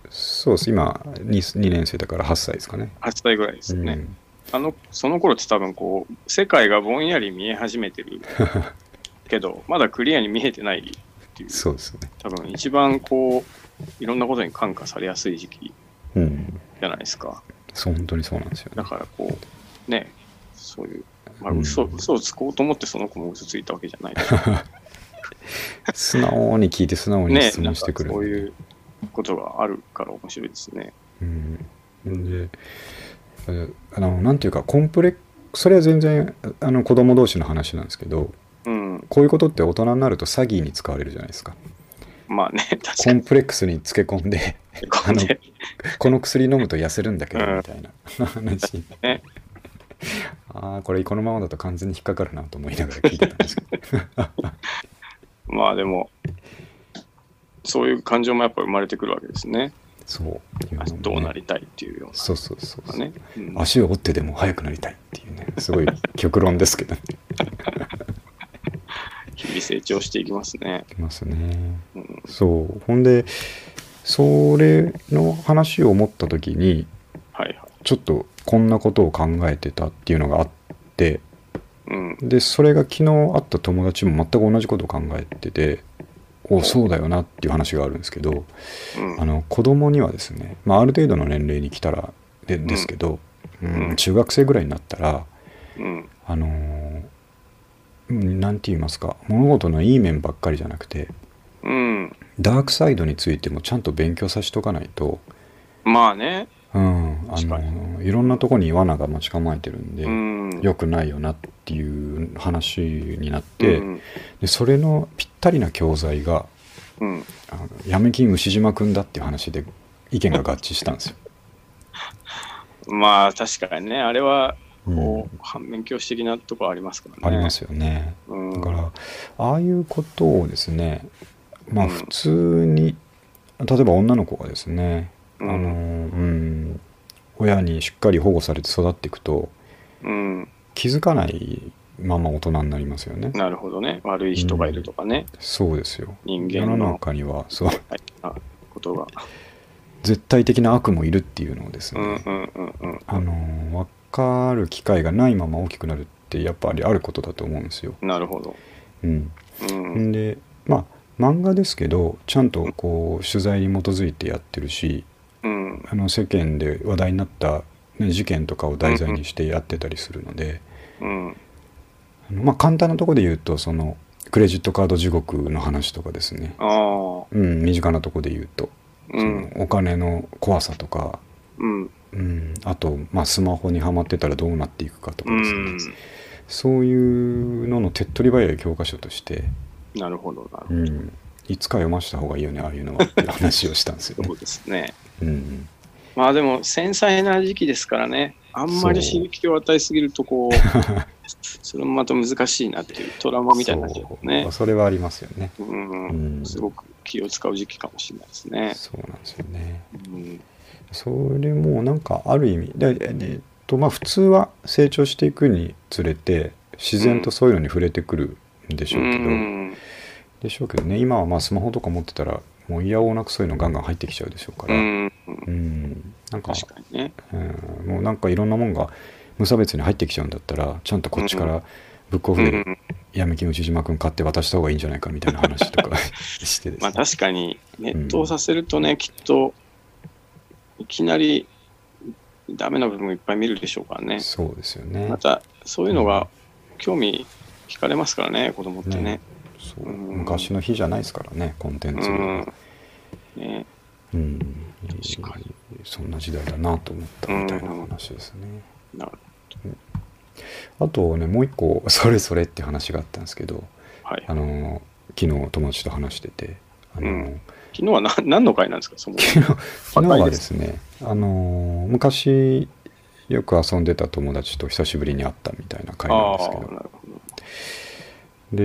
Speaker 2: そうです今 2, 2年生だから8歳ですかね
Speaker 1: ?8 歳ぐらいですよね。
Speaker 2: うん
Speaker 1: あのその頃って多分こう世界がぼんやり見え始めて るけどまだクリアに見えてないっていう
Speaker 2: そうですね
Speaker 1: 多分一番こういろんなことに感化されやすい時期
Speaker 2: うん
Speaker 1: じゃないですか
Speaker 2: そう本当にそうなんですよ
Speaker 1: だ
Speaker 2: ね
Speaker 1: からこうねそういう、まあ、
Speaker 2: うん
Speaker 1: 嘘嘘をつこうと思ってその子も嘘ついたわけ じゃないから
Speaker 2: 素直に聞いて素直に
Speaker 1: ね
Speaker 2: 質
Speaker 1: なん
Speaker 2: 問
Speaker 1: か
Speaker 2: してくるんで
Speaker 1: そういうことがあるから面白いですね
Speaker 2: うん、でえあのなんていうかコンプレックそれは全然あの子供同士の話なんですけど
Speaker 1: うん
Speaker 2: こういうことって大人になると詐欺に使われるじゃないですか
Speaker 1: まあね確
Speaker 2: コ
Speaker 1: か
Speaker 2: ン
Speaker 1: に
Speaker 2: プレックスにつけ込んで
Speaker 1: こんで
Speaker 2: この薬飲むと痩せるんだけど
Speaker 1: うん
Speaker 2: みたいな 話
Speaker 1: ね
Speaker 2: ああこれこのままだと完全に引っかかるなと思いながら聞いてたんですけど
Speaker 1: まあでもそういう感情もやっぱ生まれてくるわけですね
Speaker 2: そう
Speaker 1: あどうな
Speaker 2: り
Speaker 1: りたいっていうような
Speaker 2: そうそうそうそう、
Speaker 1: ね。うん
Speaker 2: 足を折ってでも速くなりたいっていうねすごい極論ですけどね
Speaker 1: 日々成長していきますね。
Speaker 2: いますね
Speaker 1: うん
Speaker 2: そうほんでそれの話を思った時に
Speaker 1: はいはい。
Speaker 2: ちょっとこんなことを考えてたっていうのがあって
Speaker 1: うん。
Speaker 2: でそれが昨日会った友達も全く同じことを考えてておそうだよなっていう話があるんですけど
Speaker 1: うん
Speaker 2: あの子供にはですね、まあ、ある程度の年齢に来たらでですけど、うん
Speaker 1: うん
Speaker 2: 中学生ぐらいになったら
Speaker 1: うん。
Speaker 2: あのーうんなんて言いますか物事のいい面ばっかりじゃなくて
Speaker 1: うん。
Speaker 2: ダークサイドについてもちゃんと勉強させておかないと
Speaker 1: まあね。
Speaker 2: うん、あ
Speaker 1: 確かに
Speaker 2: のいろんなとこに罠が待ち構えてるんで、
Speaker 1: うん
Speaker 2: 良くないよなっていう話になっ
Speaker 1: う
Speaker 2: て、
Speaker 1: ん
Speaker 2: でそれのぴったりな教材が
Speaker 1: うん、
Speaker 2: あの闇金牛島くんだっていう話で意見が合致したんですよ。
Speaker 1: まあ確かにねあれはこ
Speaker 2: う
Speaker 1: う、反面教師的なとこありますからね
Speaker 2: ありますよね。
Speaker 1: うん、
Speaker 2: だからああいうことをですねまあ
Speaker 1: うん
Speaker 2: 普通に例えば女の子がですね、
Speaker 1: うん
Speaker 2: あのうん親にしっかり保護されて育っていくと
Speaker 1: うん、
Speaker 2: 気づかないまま大人になりますよね。
Speaker 1: なるほどね悪い人がいるとかね、
Speaker 2: そうですよ。
Speaker 1: 人
Speaker 2: 世
Speaker 1: 間
Speaker 2: の
Speaker 1: の
Speaker 2: 中にはそう
Speaker 1: はいあことが
Speaker 2: 絶対的な悪もいるっていうのをです
Speaker 1: う
Speaker 2: ね、
Speaker 1: んうんうんうん
Speaker 2: あの分かる機会がないまま大きくなるってやっぱりあることだと思うんですよ。
Speaker 1: なるほど
Speaker 2: うん、
Speaker 1: うん
Speaker 2: でまあ漫画ですけどちゃんとこう取材に基づいてやってるし
Speaker 1: うん
Speaker 2: あの世間で話題になった、ね、事件とかを題材にしてやってたりするので、
Speaker 1: うん
Speaker 2: あのまあ、簡単なとこで言うとそのクレジットカード地獄の話とかですね、
Speaker 1: ああ
Speaker 2: うん、身近なとこで言うと
Speaker 1: う
Speaker 2: そ
Speaker 1: ん
Speaker 2: のお金の怖さとか、
Speaker 1: うん
Speaker 2: うん、あと、まあ、スマホにはまってたらどうなっていくかと
Speaker 1: う
Speaker 2: かですね、
Speaker 1: ん
Speaker 2: そういうのの手っ取り早い教科書として、
Speaker 1: なるほどなる
Speaker 2: う
Speaker 1: ほど、
Speaker 2: ん、いつか読ました方がいいよねああいうのはっていう話をしたんですよね
Speaker 1: そ。うですね
Speaker 2: うん
Speaker 1: まあでも繊細な時期ですからねあんまり刺激を与えすぎるとこうそれもまた難しいなっていうトラウマみたいになっちゃうね
Speaker 2: そうそれはありますよね。
Speaker 1: う
Speaker 2: うん
Speaker 1: んすごく気を使う時期かもしれないですね。
Speaker 2: そうなんですよね。
Speaker 1: うん
Speaker 2: それもなんかある意味で、ええっとまあ、普通は成長していくにつれて自然とそういうのに触れてくるんでしょうけど、
Speaker 1: うん
Speaker 2: でしょうけどね今はまあスマホとか持ってたらもういやおうなくそういうのガンガン入ってきちゃうでしょうか
Speaker 1: う
Speaker 2: ら、
Speaker 1: ん
Speaker 2: うんなんか
Speaker 1: 確かにね。
Speaker 2: うんもうなんかいろんなもんが無差別に入ってきちゃうんだったらちゃんとこっちからブックオ
Speaker 1: う
Speaker 2: フで
Speaker 1: ん
Speaker 2: 闇金内島君買って渡した方がいいんじゃないかみたいな話と かしてです
Speaker 1: まあ
Speaker 2: ね。
Speaker 1: 確かにネットをさせるとね、きっといきなりダメな部分もいっぱい見るでしょうからね。
Speaker 2: そうですよね
Speaker 1: ま。たそういうのが興味惹かれますからね子供ってね。
Speaker 2: そう
Speaker 1: うん
Speaker 2: 昔の日じゃないですからねコンテン
Speaker 1: う
Speaker 2: ツが
Speaker 1: んね
Speaker 2: うん
Speaker 1: 確かに
Speaker 2: そんな時代だなと思ったみたいな話ですね。
Speaker 1: なる
Speaker 2: あとねもう一個「 それそれ」って話があったんですけど
Speaker 1: はい、
Speaker 2: あの昨日友達と話しててあの、
Speaker 1: うん昨日は何何の回なんです かそもそ
Speaker 2: 昨日
Speaker 1: も
Speaker 2: 昨日はですね、あのー昔よく遊んでた友達と久しぶりに会ったみたいな会なん
Speaker 1: あ
Speaker 2: です
Speaker 1: あ
Speaker 2: け
Speaker 1: なるほど。
Speaker 2: ど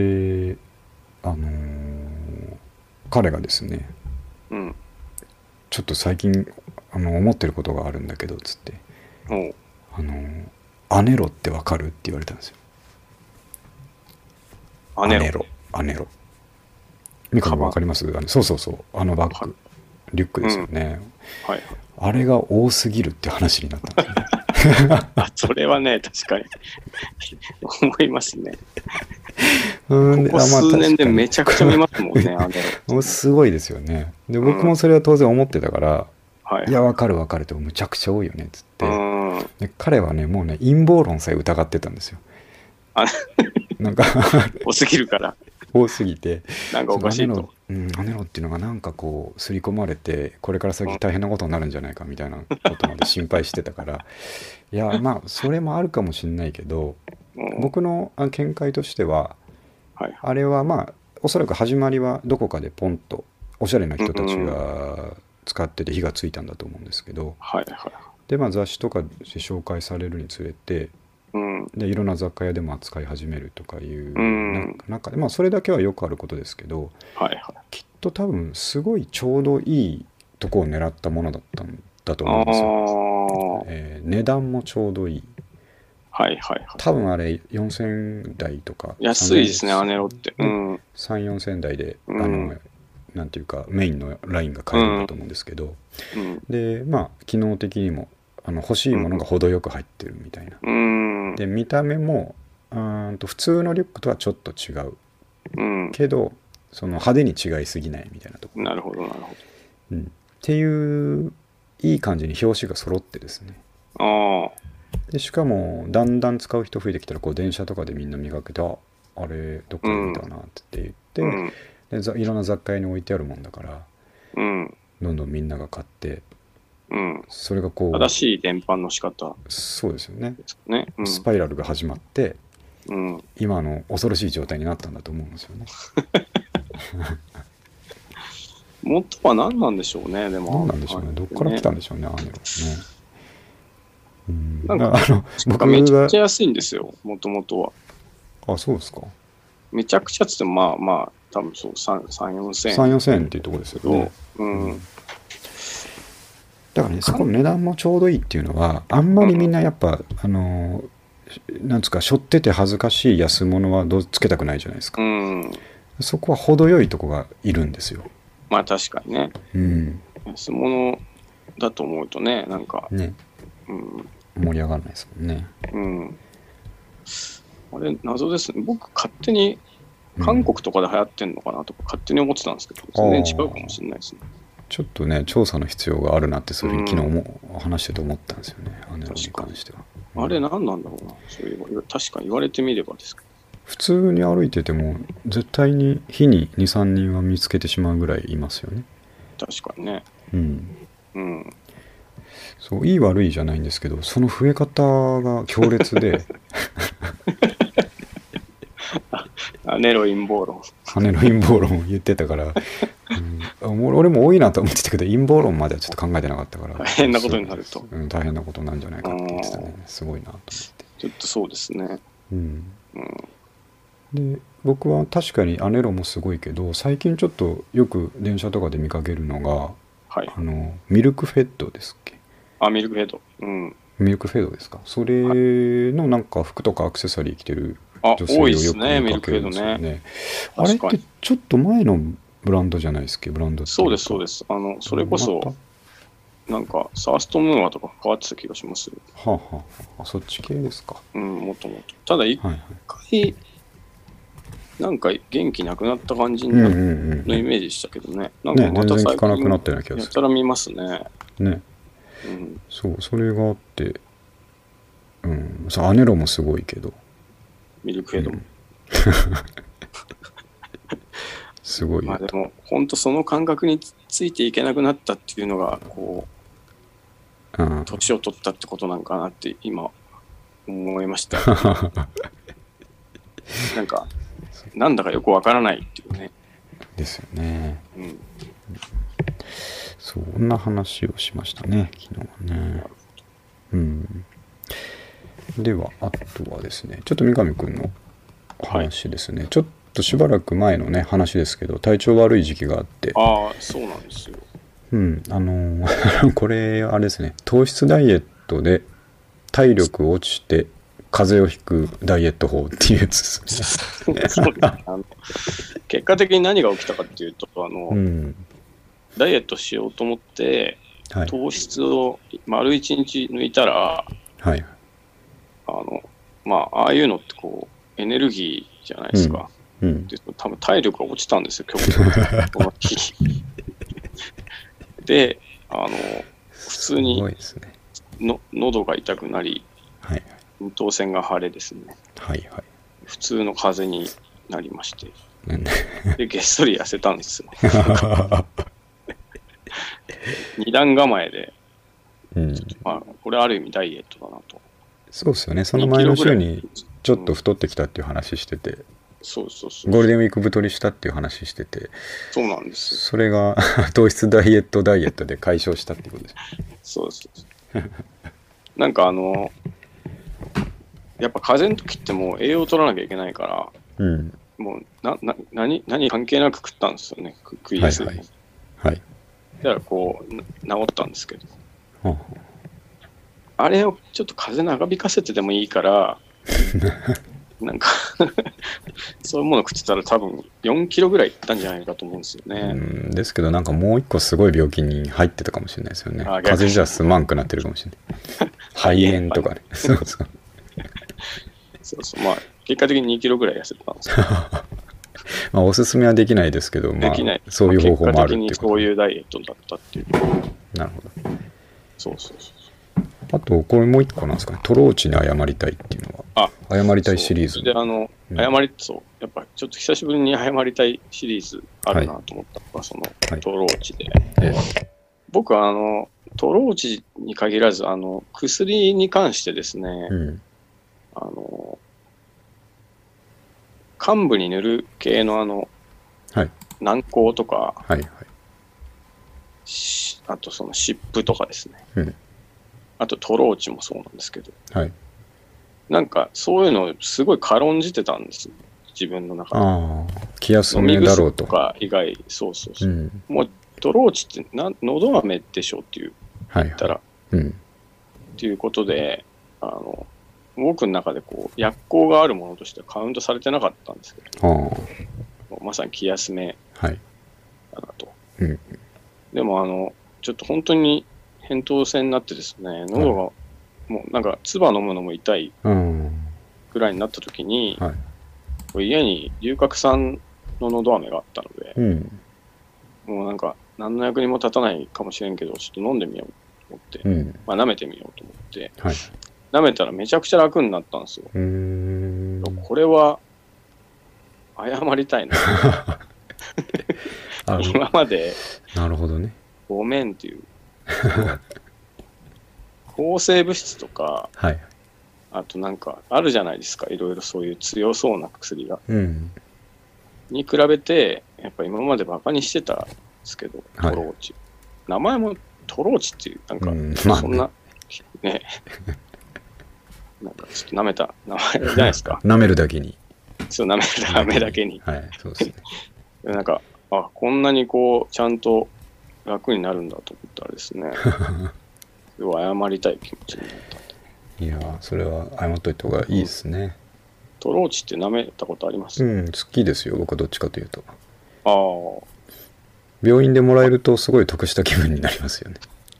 Speaker 2: で、あのー彼がですね
Speaker 1: うん。
Speaker 2: ちょっと最近あの思ってることがあるんだけどつって
Speaker 1: おう
Speaker 2: 「あのーアネロってわかる?」って言われたんですよ。
Speaker 1: アネロ。
Speaker 2: アネロ。ミカもわかりますあのそうそうそうあのバッグリュックですよね、
Speaker 1: はい。
Speaker 2: あれが多すぎるって話になったんですよね。
Speaker 1: あ、それはね、 確かに。思いますね。
Speaker 2: うん
Speaker 1: こ
Speaker 2: で
Speaker 1: こ
Speaker 2: あまあ
Speaker 1: 数
Speaker 2: 確
Speaker 1: 年
Speaker 2: か
Speaker 1: で
Speaker 2: に
Speaker 1: めちゃくちゃ見ますもん ね、あれ。
Speaker 2: もうすごいですよねで僕もそれは当然思ってたから「
Speaker 1: はい。
Speaker 2: いやわかるわかる」ってむちゃくちゃ多いよねっつっ
Speaker 1: う
Speaker 2: て、
Speaker 1: ん。
Speaker 2: で彼はねもうね陰謀論さえ疑ってたんですよ
Speaker 1: あ
Speaker 2: なん か
Speaker 1: 多すぎるから、
Speaker 2: 多すぎて
Speaker 1: なんかおかし
Speaker 2: そ
Speaker 1: い
Speaker 2: の
Speaker 1: と。
Speaker 2: アネロうんアネロっていうのがなんかこう刷り込まれてこれから先大変なことになるんじゃないかみたいなことまで心配してたからいやまあそれもあるかもしんないけど
Speaker 1: うん
Speaker 2: 僕のあ見解としては
Speaker 1: はい。
Speaker 2: あれはまあおそらく始まりはどこかでポンとおしゃれな人たちが使ってて火がついたんだと思うんですけど
Speaker 1: はい。はい。
Speaker 2: で、まあ、雑誌とかで紹介されるにつれて
Speaker 1: うん。
Speaker 2: でいろんな雑貨屋でも扱い始めるとかいう
Speaker 1: うん
Speaker 2: な中で、まあ、それだけはよくあることですけど
Speaker 1: はい。は
Speaker 2: きっと多分すごいちょうどいいとこを狙ったものだったんだと
Speaker 1: い。
Speaker 2: 思うんですよ。
Speaker 1: あ
Speaker 2: えー値段もちょうどいい
Speaker 1: あ。はい。はい。は
Speaker 2: 多分あれ4000台とか
Speaker 1: い。安いですね、
Speaker 2: 3000
Speaker 1: アネロって。うん。うん。
Speaker 2: 34千台で、
Speaker 1: うん
Speaker 2: あのなんていうかメインのラインが買えるんだと思うんですけど、でまあ機能的にもあの欲しいものが程よく入ってるみたいな、
Speaker 1: うん。
Speaker 2: で見た目もうーんと普通のリュックとはちょっと違う
Speaker 1: うん。
Speaker 2: けどその派手に違いすぎないみたいなとこ、
Speaker 1: なるほど、なるほ
Speaker 2: うんっていういい感じに表紙が揃ってですね
Speaker 1: ど。あ
Speaker 2: でしかもだんだん使う人増えてきたらこう電車とかでみんな見かけてああれどこで見たなって言っ
Speaker 1: あ。
Speaker 2: て、
Speaker 1: うん。
Speaker 2: でざいろんな雑貨屋に置いてあるもんだから
Speaker 1: うん。
Speaker 2: どんどんみんなが買って
Speaker 1: ううん、
Speaker 2: それがこ
Speaker 1: 正
Speaker 2: う
Speaker 1: しい伝播の仕方
Speaker 2: そうですよね、
Speaker 1: ですね。うん
Speaker 2: スパイラルが始まって
Speaker 1: うん、
Speaker 2: 今の恐ろしい状態になったんだと思うんですよね。
Speaker 1: 元は何なんでしょうね、でも。
Speaker 2: 何なんでしょうね、どっから来たんでしょうね、ああいうのね。うん、
Speaker 1: なんか
Speaker 2: あの
Speaker 1: なんか
Speaker 2: 僕
Speaker 1: めちゃくち
Speaker 2: が
Speaker 1: ゃ安いんですよ、もともとは。
Speaker 2: あそうですか
Speaker 1: めちゃくちゃっつっても、まあまあ、多分そう、3、3 4000
Speaker 2: 3
Speaker 1: 円
Speaker 2: 4千円っていうところですよね
Speaker 1: と、うん、
Speaker 2: だからねそこの値段もちょうどいいっていうのはあんまりみんなやっぱ、あのなんつうかしょってて恥ずかしい安物はどうつけたくないじゃないです
Speaker 1: う
Speaker 2: か、
Speaker 1: ん、
Speaker 2: そこは程よいとこがいるんですよ
Speaker 1: まあ確かにね、
Speaker 2: うん
Speaker 1: 安物だと思うとね、なんか、
Speaker 2: ね
Speaker 1: うん、
Speaker 2: 盛り上がらないですもんね
Speaker 1: うん。あれ、謎ですね。僕、勝手に韓国とかで流行ってんのかなとか、勝手に思ってたんですけど、全然違うかもしれないですね。
Speaker 2: ちょっとね調査の必要があるなってそれ昨日も話してて思ったんですよね、アネロンに関しては
Speaker 1: あれ、何なんだろうな、そういえば、確かに言われてみればですけど。
Speaker 2: 普通に歩いてても絶対に日に23人は見つけてしまうぐらいいますよね
Speaker 1: 確かにね。
Speaker 2: うん
Speaker 1: うん。
Speaker 2: そういい悪いじゃないんですけどその増え方が強烈で
Speaker 1: あネロ陰謀論。
Speaker 2: 羽の陰謀論を言ってたから、うんあもう俺も多いなと思ってたけど陰謀論まではちょっと考えてなかったから
Speaker 1: 大変なことになると
Speaker 2: うん、大変なことなんじゃないかって言ってたねすごいなと思って、
Speaker 1: ちょっとそうですね。
Speaker 2: うん、
Speaker 1: うん。
Speaker 2: で僕は確かにアネロもすごいけど最近ちょっとよく電車とかで見かけるのが
Speaker 1: はい。
Speaker 2: あのミルクフェッドですっけ
Speaker 1: あ、ミルクヘッド。うん。
Speaker 2: ミルクフェードですかそれのなんか服とかアクセサリー着てる
Speaker 1: あ、
Speaker 2: 女性を
Speaker 1: 多い
Speaker 2: よ
Speaker 1: で
Speaker 2: く
Speaker 1: すね、ミ
Speaker 2: 見
Speaker 1: ル
Speaker 2: かけ
Speaker 1: クヘ
Speaker 2: る
Speaker 1: ッ
Speaker 2: ん
Speaker 1: ド
Speaker 2: ですよ
Speaker 1: ね。
Speaker 2: ね。あれっ
Speaker 1: 確か
Speaker 2: て
Speaker 1: に。
Speaker 2: ちょっと前のブランドじゃないですっけブランドっていか
Speaker 1: そうです、そうです。あの、それこ
Speaker 2: ま
Speaker 1: そ、なんか、サーストムーアとか変わってた気がしますよ。
Speaker 2: たはあ、はあ、あそっち系ですか。
Speaker 1: うん、もっともっと。ただ、一
Speaker 2: はいはい。
Speaker 1: 回、なんか元気なくなった感じ
Speaker 2: うんうん
Speaker 1: の
Speaker 2: うん。
Speaker 1: イ
Speaker 2: ね
Speaker 1: メージでしたけどね。なんか
Speaker 2: 全
Speaker 1: ま
Speaker 2: 然
Speaker 1: た最
Speaker 2: 聞かなくなっ
Speaker 1: 近、
Speaker 2: たような気が
Speaker 1: や
Speaker 2: す
Speaker 1: たら見ますね。
Speaker 2: る。ね。
Speaker 1: うん。
Speaker 2: そう、それがあって、うん、そうアネロもすごいけど、
Speaker 1: ミルクヘッド
Speaker 2: う
Speaker 1: も
Speaker 2: ん。 すごいよ
Speaker 1: まあでも、本当その感覚についていけなくなったっていうのが、こう、
Speaker 2: うん、
Speaker 1: 年を取ったってことなんかなって今思いま した。なんか、なんだかよくわからないっていうね。
Speaker 2: ですよね。
Speaker 1: うん、
Speaker 2: そんな話をしましたね、昨日はね。うん。では、あとはですね、ちょっと三上くんの話ですね、ちょっとしばらく前のね、話ですけど、体調悪い時期があって、
Speaker 1: ああ、そうなんで すよ。
Speaker 2: うん、あの ーこれ、あれですね、糖質ダイエットで体力落ちて風邪をひくダイエット法っていうやつですね。
Speaker 1: そうですねあの結果的に何が起きたかっていうと、あの
Speaker 2: うん。
Speaker 1: ダイエットしようと思って、
Speaker 2: はい。
Speaker 1: 糖質を丸一日抜いたら、
Speaker 2: はい。
Speaker 1: あのまあ、ああいうのってこう、エネルギーじゃないですか。
Speaker 2: うん。
Speaker 1: で多分体力が落ちたんですよ、今日この 日。で、あの、普通に
Speaker 2: すごいですね。
Speaker 1: の喉が痛くなり、
Speaker 2: はい。
Speaker 1: 無頭腺が腫れですね。
Speaker 2: はいはい。
Speaker 1: 普通の風邪になりまして、
Speaker 2: なんで
Speaker 1: で、げっそり痩せたんですよ。二段構えで、
Speaker 2: うん、
Speaker 1: まあ、これある意味ダイエットだなと。
Speaker 2: そうですよね。その前の週
Speaker 1: 2キロ
Speaker 2: に
Speaker 1: ぐらい
Speaker 2: ちょっと太ってきたっていう話してて、
Speaker 1: そうそうそう。
Speaker 2: ゴールデンウィーク太りしたっていう話してて、
Speaker 1: そうなんですよ。
Speaker 2: それが 糖質ダイエットダイエットで解消したっていうことです。
Speaker 1: そうそうそう。なんかあの、やっぱ風邪の時ってもう栄養取らなきゃいけないから、
Speaker 2: うん。
Speaker 1: もうなな何何関係なく食ったんですよね、く食いやすい。
Speaker 2: はいはいはい。
Speaker 1: だからこう、な治ったんですけど、
Speaker 2: はあ
Speaker 1: あれをちょっと風邪長引かせてでもい いから、なんか、そういうもの食ってたら多分4キロぐらいいったんじゃないかと思うんですよ
Speaker 2: う
Speaker 1: ね。
Speaker 2: ん、ですけどなんかもう一個すごい病気に入ってたかもしれないですよね。
Speaker 1: あ逆
Speaker 2: 風
Speaker 1: に
Speaker 2: 邪じゃ済まんくなってるかもしれ ない。肺炎とかね。そうそう。
Speaker 1: そうそう。まあ、結果的に2キロぐらい痩せてたんですけど、
Speaker 2: まあおすすめはできないですけど、 ま
Speaker 1: で
Speaker 2: あ
Speaker 1: きない。
Speaker 2: そういう方法もあるって
Speaker 1: 結果
Speaker 2: いうこと。
Speaker 1: 的にそういうダイエットだったっていう。
Speaker 2: なるほど。
Speaker 1: そうそうそう。
Speaker 2: あと、これもう一個なんですかね。トローチに謝りたいっていうのは
Speaker 1: あ。
Speaker 2: 謝りたいシリーズ
Speaker 1: そう。で、あの、
Speaker 2: うん
Speaker 1: 謝り、そう、やっぱちょっと久しぶりに謝りたいシリーズあるなと思ったのが、その、
Speaker 2: はい
Speaker 1: トローチで。
Speaker 2: ええ
Speaker 1: 僕はあの、トローチに限らず、あの、薬に関してですね、
Speaker 2: うん。
Speaker 1: あの、幹部に塗る系のあの、
Speaker 2: はい
Speaker 1: 軟膏とか、
Speaker 2: はいはい。
Speaker 1: しあとその湿布とかですね。
Speaker 2: うん
Speaker 1: あとトローチもそうなんですけど、
Speaker 2: はい。
Speaker 1: なんかそういうのをすごい軽んじてたんです。自分の中で。
Speaker 2: ああ、気休
Speaker 1: 飲
Speaker 2: め
Speaker 1: み
Speaker 2: だろう
Speaker 1: 薬と
Speaker 2: と。
Speaker 1: か以外、そうそうそうう。
Speaker 2: ん。
Speaker 1: トローチってな、のど飴でしょって言っ
Speaker 2: はいは
Speaker 1: た
Speaker 2: い。
Speaker 1: ら、
Speaker 2: うん。
Speaker 1: っていうことで、あの、僕の中でこう、薬効があるものとしてはカウントされてなかったんですけ
Speaker 2: ああ、
Speaker 1: ど、まさに気休め
Speaker 2: はい。
Speaker 1: だなと。
Speaker 2: うん
Speaker 1: でも、あの、ちょっと本当に扁桃腺になってですね、喉が、もうなんか、唾飲むのも痛い
Speaker 2: うん。
Speaker 1: ぐらいになった時に、
Speaker 2: はい。
Speaker 1: 家に龍角散ののど飴があったので、
Speaker 2: うん。
Speaker 1: もうなんか、何の役にも立たないかもしれんけど、ちょっと飲んでみようと思って、
Speaker 2: うん。
Speaker 1: まあ、舐めてみようと思って、
Speaker 2: はい。
Speaker 1: 舐めたらめちゃくちゃ楽になったんですよ。
Speaker 2: うーん。
Speaker 1: これは、謝りたいな。
Speaker 2: あ
Speaker 1: 今まで、
Speaker 2: なるほどね。
Speaker 1: ごめんっていう。抗生物質とか、
Speaker 2: はい。
Speaker 1: あとなんか、あるじゃないですか。いろいろそういう強そうな薬が。
Speaker 2: うん。
Speaker 1: に比べて、やっぱ今までバカにしてたんですけど、
Speaker 2: はい
Speaker 1: トローチ。名前もトローチっていう、なんか、
Speaker 2: うんまあね
Speaker 1: そんな、ね。 なんか、ちょっと舐めた名前じゃないですか。
Speaker 2: 舐めるだけに。
Speaker 1: そう、舐めた名前だけに。
Speaker 2: はい。そうですね。
Speaker 1: なんか、あ、こんなにこう、ちゃんと楽になるんだと思ったらですね、要は謝りたい気持ちになった。
Speaker 2: いやー、それは謝っといた方がいいですね。
Speaker 1: トローチって舐めたことあります、
Speaker 2: う
Speaker 1: あ
Speaker 2: ん、好きですよ。僕はどっちかというと。
Speaker 1: あー、
Speaker 2: 病院でもらえるとすごい得した気分になりますよね。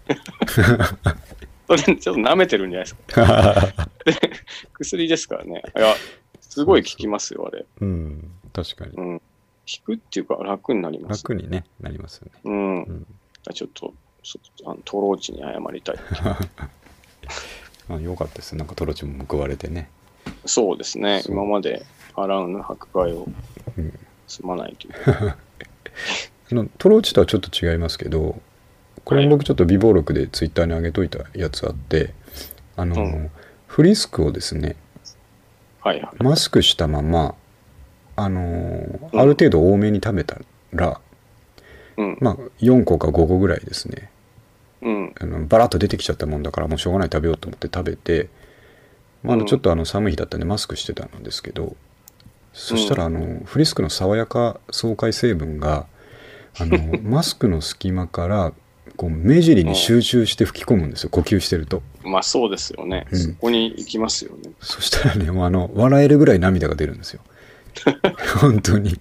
Speaker 1: それちょっと舐めてるんじゃないですか。薬ですからね。いや、すごい効きますよ、あれ。
Speaker 2: うん、確かに。
Speaker 1: うん。効くっていうか楽になります。
Speaker 2: 楽にね、なりますよね。
Speaker 1: うん。
Speaker 2: うん
Speaker 1: ちょっと、そうあのトローチに謝りたい。
Speaker 2: あよかったです。なんかトロチも報われてね。
Speaker 1: そうですね。
Speaker 2: そう
Speaker 1: 今まで払うの迫害を
Speaker 2: うん
Speaker 1: 済まないという。
Speaker 2: あのトロチとはちょっと違いますけど、これも僕ちょっと微暴録でツイッターに上げといたやつあって、あの、
Speaker 1: うん
Speaker 2: フリスクをですね、
Speaker 1: はいはい。
Speaker 2: マスクしたまま、あのー
Speaker 1: うん
Speaker 2: ある程度多めに食べたら、
Speaker 1: うん。
Speaker 2: まあ4個か5個ぐらいですね、
Speaker 1: うん。
Speaker 2: あのバラッと出てきちゃったもんだからもうしょうがない食べようと思って食べて、まあ、あの
Speaker 1: うん
Speaker 2: ちょっとあの寒い日だったんでマスクしてたんですけど、そしたらあのフリスクの爽やか爽快成分があの マスクの隙間からこう目尻に集中して吹き込むんですよ呼吸してると
Speaker 1: まあそうですよね。
Speaker 2: うん
Speaker 1: そこに行きますよね。
Speaker 2: そしたらねもうあの笑えるぐらい涙が出るんです よ本当に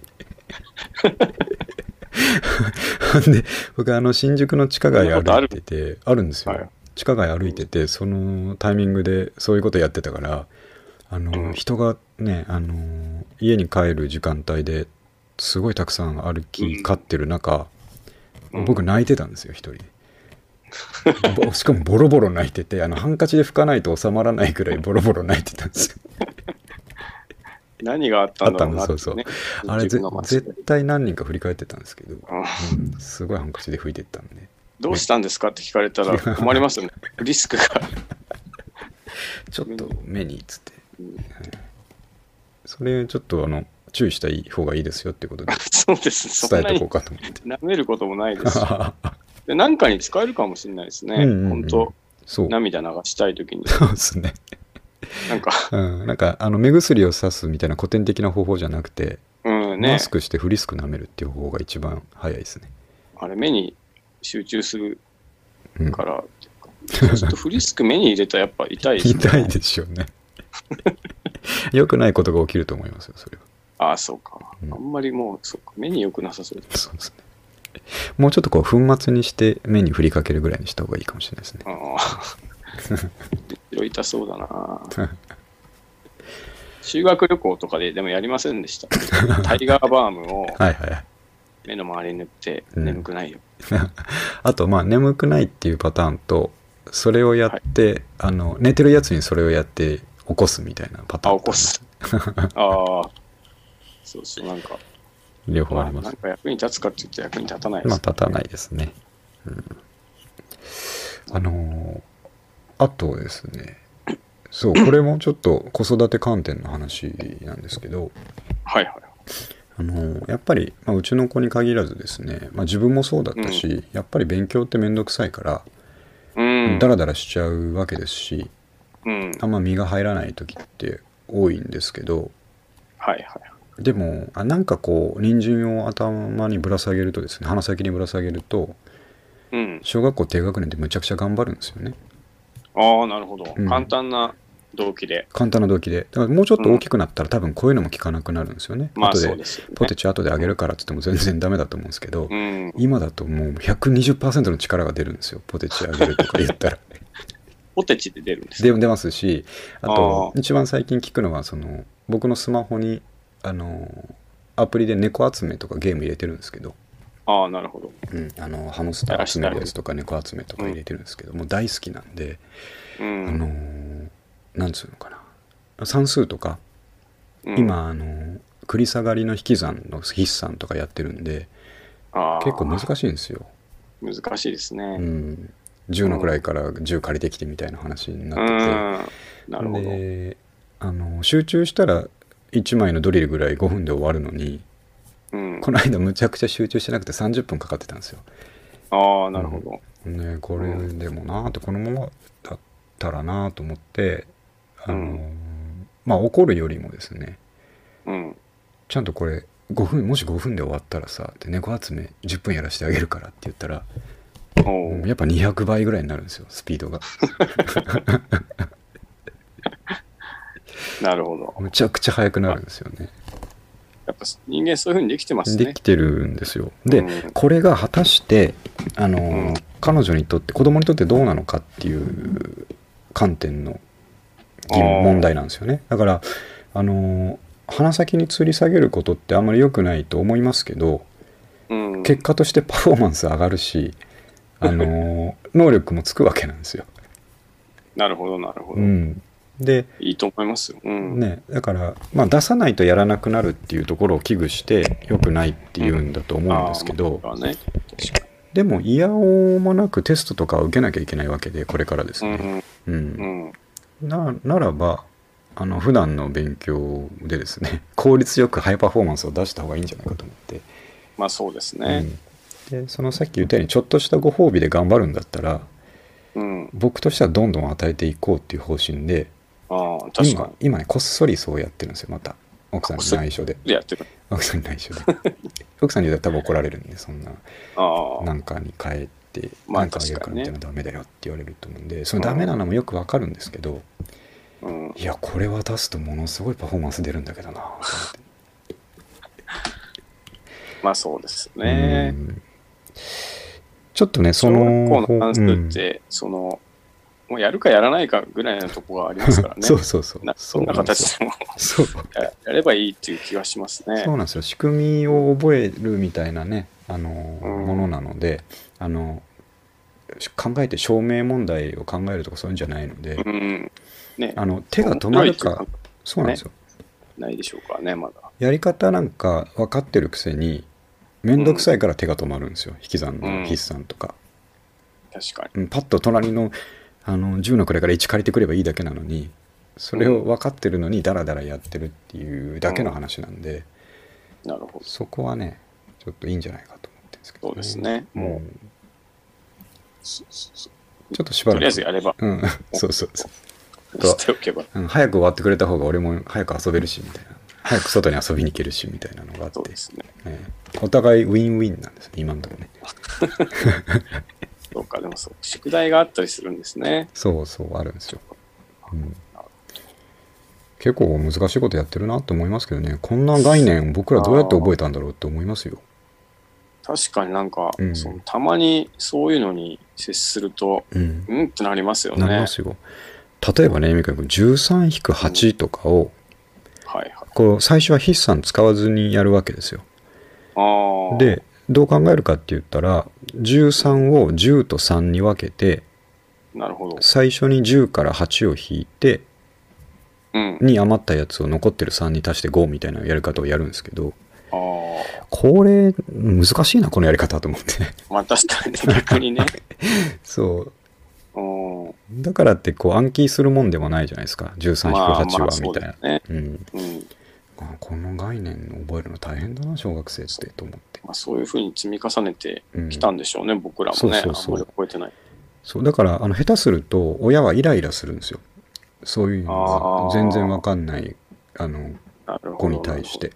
Speaker 2: ほんで僕あの新宿の地下街
Speaker 1: そんなことあ
Speaker 2: 歩いて
Speaker 1: る
Speaker 2: てあるんですよ、
Speaker 1: はい
Speaker 2: 地下街歩いててそのタイミングでそういうことやってたからあの、
Speaker 1: うん
Speaker 2: 人がねあの家に帰る時間帯ですごいたくさん歩き交ってる中、
Speaker 1: うん
Speaker 2: 僕泣いてたんですよ一人で。 ぼしかもボロボロ泣いててあのハンカチで拭かないと収まらないくらいボロボロ泣いてたんです よ。
Speaker 1: 何があったんだろうなって、
Speaker 2: あ
Speaker 1: ね、
Speaker 2: ったんだ
Speaker 1: う
Speaker 2: あれぜ
Speaker 1: で
Speaker 2: 絶対何人か振り返ってたんですけど、
Speaker 1: うん
Speaker 2: うんすごいハンカチで拭いてったんで
Speaker 1: どうしたんですかって聞かれたら困りますよね。リスクが。
Speaker 2: ちょっと目につって
Speaker 1: うん
Speaker 2: それちょっとあの注意した方がいいですよってことで
Speaker 1: そうです。 そ
Speaker 2: 伝え
Speaker 1: んな
Speaker 2: と
Speaker 1: に
Speaker 2: こうかと思 って。
Speaker 1: 舐めることもないですし。で、何かに使えるかもしれないですね。
Speaker 2: うんうんうん
Speaker 1: 本当
Speaker 2: そう
Speaker 1: 涙流したいときに。
Speaker 2: そうですね、
Speaker 1: なんか、
Speaker 2: うん、なんかあの目薬をさすみたいな古典的な方法じゃなくて、
Speaker 1: うんね
Speaker 2: マス、クしてフリスク舐めるっていう方法が一番早いですね、
Speaker 1: あれ目に集中する
Speaker 2: うん、
Speaker 1: から、そうするとフリスク目に入れたらやっぱ痛いです、ね。
Speaker 2: 痛いでしょうね 良くないことが起きると思いますよそれは
Speaker 1: ああ、そうか。
Speaker 2: うん
Speaker 1: あんまりもう、そうか。目に良くなさそうです。
Speaker 2: そうですねもうちょっとこう粉末にして目に振りかけるぐらいにした方がいいかもしれないですね
Speaker 1: ああ。色々痛そうだな。修学旅行とかででもやりませんでした。 タイガーバームを
Speaker 2: はいはいはい
Speaker 1: 目の周りに塗って
Speaker 2: うん
Speaker 1: 眠くないよ。
Speaker 2: あとまあ眠くないっていうパターンとそれをやって、あの寝てるやつにそれをやって起こすみたいなパターン
Speaker 1: あ、起こす。ああ。そうそう、なんか、
Speaker 2: 両方あり
Speaker 1: ま
Speaker 2: ま
Speaker 1: あなん
Speaker 2: す、
Speaker 1: か役に立つかって言って役に立たないで
Speaker 2: ますあ、立たないですね、うんあのーあとですね そうこれもちょっと子育て観点の話なんですけど
Speaker 1: はいはい。
Speaker 2: あのーやっぱり、まあ、うちの子に限らずですね、まあ、自分もそうだったし、やっぱり勉強って面倒くさいから
Speaker 1: うん。
Speaker 2: ダラダラしちゃうわけですし
Speaker 1: うん。
Speaker 2: あんま身が入らない時って多いんですけど
Speaker 1: はいはい。
Speaker 2: でもあなんかこう人参を頭にぶら下げるとですね鼻先にぶら下げると
Speaker 1: うん。
Speaker 2: 小学校低学年ってむちゃくちゃ頑張るんですよね
Speaker 1: ああ、なるほど。
Speaker 2: うん
Speaker 1: 簡単な動機で。
Speaker 2: 簡単な動機でだからもうちょっと大きくなったら、多分こういうのも聞かなくなるんですよね、
Speaker 1: まあ
Speaker 2: 後
Speaker 1: そう
Speaker 2: で
Speaker 1: ですよね。
Speaker 2: ポテチ後であげるからって言っても全然ダメだと思うんですけど、
Speaker 1: うん。
Speaker 2: 今だともう120%の力が出るんですよポテチあげるとか言った ら
Speaker 1: ポテチで出るんです
Speaker 2: で出ますしあと
Speaker 1: あ
Speaker 2: 一番最近聞くのはその僕のスマホにあのアプリで猫集めとかゲーム入れてるんですけど、
Speaker 1: ああ、なるほど。
Speaker 2: うん、あのハムスター集めるやつとか猫集めとか入れてるんですけど、もう大好きなんで、あ
Speaker 1: うん。
Speaker 2: のーなんつうのかな算数とか
Speaker 1: うん、
Speaker 2: 今あのー繰り下がりの引き算の筆算とかやってるんで
Speaker 1: あー
Speaker 2: 結構難しいんですよ、
Speaker 1: 難しいです
Speaker 2: う
Speaker 1: ね。
Speaker 2: ん、10の位から10借りてきてみたいな話に
Speaker 1: うん。
Speaker 2: なってて、
Speaker 1: なるほど。
Speaker 2: であの集中したら1枚のドリルぐらい5分で終わるのに
Speaker 1: うん、
Speaker 2: この間むちゃくちゃ集中してなくて30分かかってたんですよ。
Speaker 1: ああ、なるほど。
Speaker 2: ね、これでもなあってこのままだったらなあと思ってあのー、
Speaker 1: う
Speaker 2: まあ怒るよりもですね
Speaker 1: うん。
Speaker 2: ちゃんとこれ5分もし5分で終わったらさって猫集め10分やらせてあげるからって言ったら
Speaker 1: お
Speaker 2: うん
Speaker 1: う
Speaker 2: やっぱ200倍ぐらいになるんですよスピー ドが
Speaker 1: なるほど。
Speaker 2: むちゃくちゃ速くなるんですよね
Speaker 1: やっぱ人間そういうふうにできてます
Speaker 2: で
Speaker 1: ね
Speaker 2: き。てるんですよで、
Speaker 1: うん
Speaker 2: これが果たしてあのー、
Speaker 1: うん
Speaker 2: 彼女にとって子供にとってどうなのかっていう観点の疑
Speaker 1: あー
Speaker 2: 問問題なんですよねだからあのー鼻先に吊り下げることってあんまり良くないと思いますけど
Speaker 1: うん、
Speaker 2: 結果としてパフォーマンス上がるし、あのー能力もつくわけなんですよ。
Speaker 1: なるほど、なるほ
Speaker 2: う
Speaker 1: ど。
Speaker 2: ん、で、
Speaker 1: いいと思いますよ。うん。
Speaker 2: ね、だから、まあ、出さないとやらなくなるっていうところを危惧して良くないっていうんだと思うんですけど、
Speaker 1: あーまあね
Speaker 2: でも嫌おうもなくテストとかを受けなきゃいけないわけでこれからです
Speaker 1: う
Speaker 2: ね。
Speaker 1: ん
Speaker 2: う、
Speaker 1: うんん。うん。
Speaker 2: なならばあの普段の勉強でですね 効率よくハイパフォーマンスを出した方がいいんじゃないかと思って、
Speaker 1: まあそうです
Speaker 2: う
Speaker 1: ね。
Speaker 2: ん、でそのさっき言ったようにちょっとしたご褒美で頑張るんだったら
Speaker 1: うん。
Speaker 2: 僕としてはどんどん与えていこうっていう方針で
Speaker 1: ああ、確
Speaker 2: 今
Speaker 1: か
Speaker 2: 今ねこっそりそうやってるんですよまた奥さんに内緒で
Speaker 1: に。やってる。
Speaker 2: 奥さんに内 緒で奥さんに言ったら多分怒られるんでそんな
Speaker 1: ああ
Speaker 2: な。んかに変えて
Speaker 1: まあ
Speaker 2: なんかあげるからみたいな
Speaker 1: 確
Speaker 2: ダメだよって言われると思うんでそのダメなのもよくわかるんですけど
Speaker 1: うん。
Speaker 2: いやこれ渡すとものすごいパフォーマンス出るんだけどなと思って
Speaker 1: まあそうですね
Speaker 2: う。んちょっとねそ
Speaker 1: 小学
Speaker 2: の
Speaker 1: 校の算数
Speaker 2: うん
Speaker 1: って、その、もうやるかやらないかぐらいのとこがありますからね。
Speaker 2: そうそうそう
Speaker 1: な
Speaker 2: そ
Speaker 1: そ
Speaker 2: うんな
Speaker 1: なん
Speaker 2: です
Speaker 1: 形でも
Speaker 2: そう
Speaker 1: ややればいいっていう気がしますね
Speaker 2: そ。うなんですよ仕組みを覚えるみたいなねあの、
Speaker 1: うん
Speaker 2: ものなのであの考えて証明問題を考えるとかそういうんじゃないので、
Speaker 1: うん。ね。
Speaker 2: あの手が止まる
Speaker 1: 面白
Speaker 2: か
Speaker 1: いという
Speaker 2: そうなんですよ、
Speaker 1: ないでしょうかね、まだ。
Speaker 2: やり方なんか分かってるくせに面倒くさいから手が止まるんですよ、引き算
Speaker 1: う
Speaker 2: の
Speaker 1: ん
Speaker 2: 筆算とか、
Speaker 1: 確かに。
Speaker 2: うんパッと隣のあの10の位から1借りてくればいいだけなのにそれを分かってるのにダラダラやってるっていうだけの話なんで、
Speaker 1: なるほど。
Speaker 2: そこはねちょっといいんじゃないかと思ってるんですけど、
Speaker 1: そうですね
Speaker 2: うん
Speaker 1: もそそ
Speaker 2: ち
Speaker 1: そ
Speaker 2: ょっとしば
Speaker 1: とりあえ
Speaker 2: らく
Speaker 1: ずやれば、
Speaker 2: うんそうそうそと
Speaker 1: しておけば。
Speaker 2: う、うん、早く終わってくれた方が俺も早く遊べるしみたいな早く外に遊びに行けるしみたいなのがあって
Speaker 1: そうですね。
Speaker 2: ええお互いウィンウィンなんですね今のところね
Speaker 1: そうか、でもそう、宿題があったりするんですね。
Speaker 2: そうそうあるんですよ、うん、結構難しいことやってるなと思いますけどねこんな概念僕らどうやって覚えたんだろうって思いますよ
Speaker 1: 確かになんか、
Speaker 2: うん
Speaker 1: そのたまにそういうのに接すると、
Speaker 2: うん
Speaker 1: うんってなりますよね。
Speaker 2: なりますよ例えばね三上君13-8とかを
Speaker 1: はいはい。
Speaker 2: こう最初は筆算使わずにやるわけですよ
Speaker 1: ああ。、
Speaker 2: でどう考えるかって言ったら13を10と3に分けて
Speaker 1: なるほど。
Speaker 2: 最初に10から8を引いて
Speaker 1: うん。
Speaker 2: に余ったやつを残ってる3に足して5みたいなやり方をやるんですけど
Speaker 1: ああ。
Speaker 2: これ 難しいなこのやり方と思って
Speaker 1: まあ確かに逆にね。
Speaker 2: そうだからってこう暗記するもんでもないじゃないですか13-8
Speaker 1: まあ
Speaker 2: は
Speaker 1: まあそ
Speaker 2: み
Speaker 1: う
Speaker 2: たい
Speaker 1: だ
Speaker 2: な、
Speaker 1: よね。
Speaker 2: うん、
Speaker 1: うん。
Speaker 2: あこの概念覚えるの大変だな小学生ってと思って、
Speaker 1: まあ、そういうふうに積み重ねて
Speaker 2: うん
Speaker 1: きたんでしょうね、僕らもね。
Speaker 2: そうそうそう
Speaker 1: あんまり覚えてない。
Speaker 2: そうだからあの下手すると親はイライラするんですよそういうの
Speaker 1: あ
Speaker 2: が
Speaker 1: ー
Speaker 2: 全然わかんないあの
Speaker 1: なるほど。
Speaker 2: 子に対して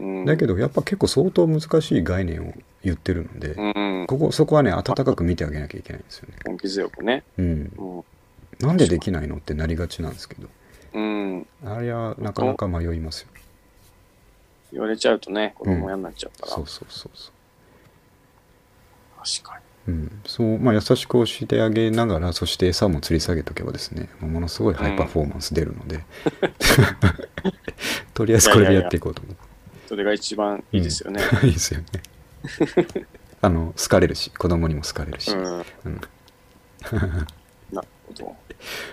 Speaker 1: うん。
Speaker 2: だけどやっぱ結構相当難しい概念を言ってるので、
Speaker 1: うん。
Speaker 2: ここそこはね温かく見てあげなきゃいけないんですよね、
Speaker 1: 根気強くね。
Speaker 2: うん、
Speaker 1: うん。
Speaker 2: なんでできないのってなりがちなんですけど
Speaker 1: うん。
Speaker 2: あれはなかなか迷いますよ
Speaker 1: 言われちゃうとね、子供嫌になっちゃうから。
Speaker 2: そうそうそうそう
Speaker 1: 確かに。
Speaker 2: うん、そう、まあ、優しく教えてあげながら、そして餌も吊り下げとけばですね、まあものすごいハイパフォーマンス出るの で、とりあえずこれでやっていこうと思う。
Speaker 1: それが一番いいですよね。
Speaker 2: いいですよね。あの、好かれるし、子供にも好かれるし、
Speaker 1: うん。
Speaker 2: うん
Speaker 1: なるほど。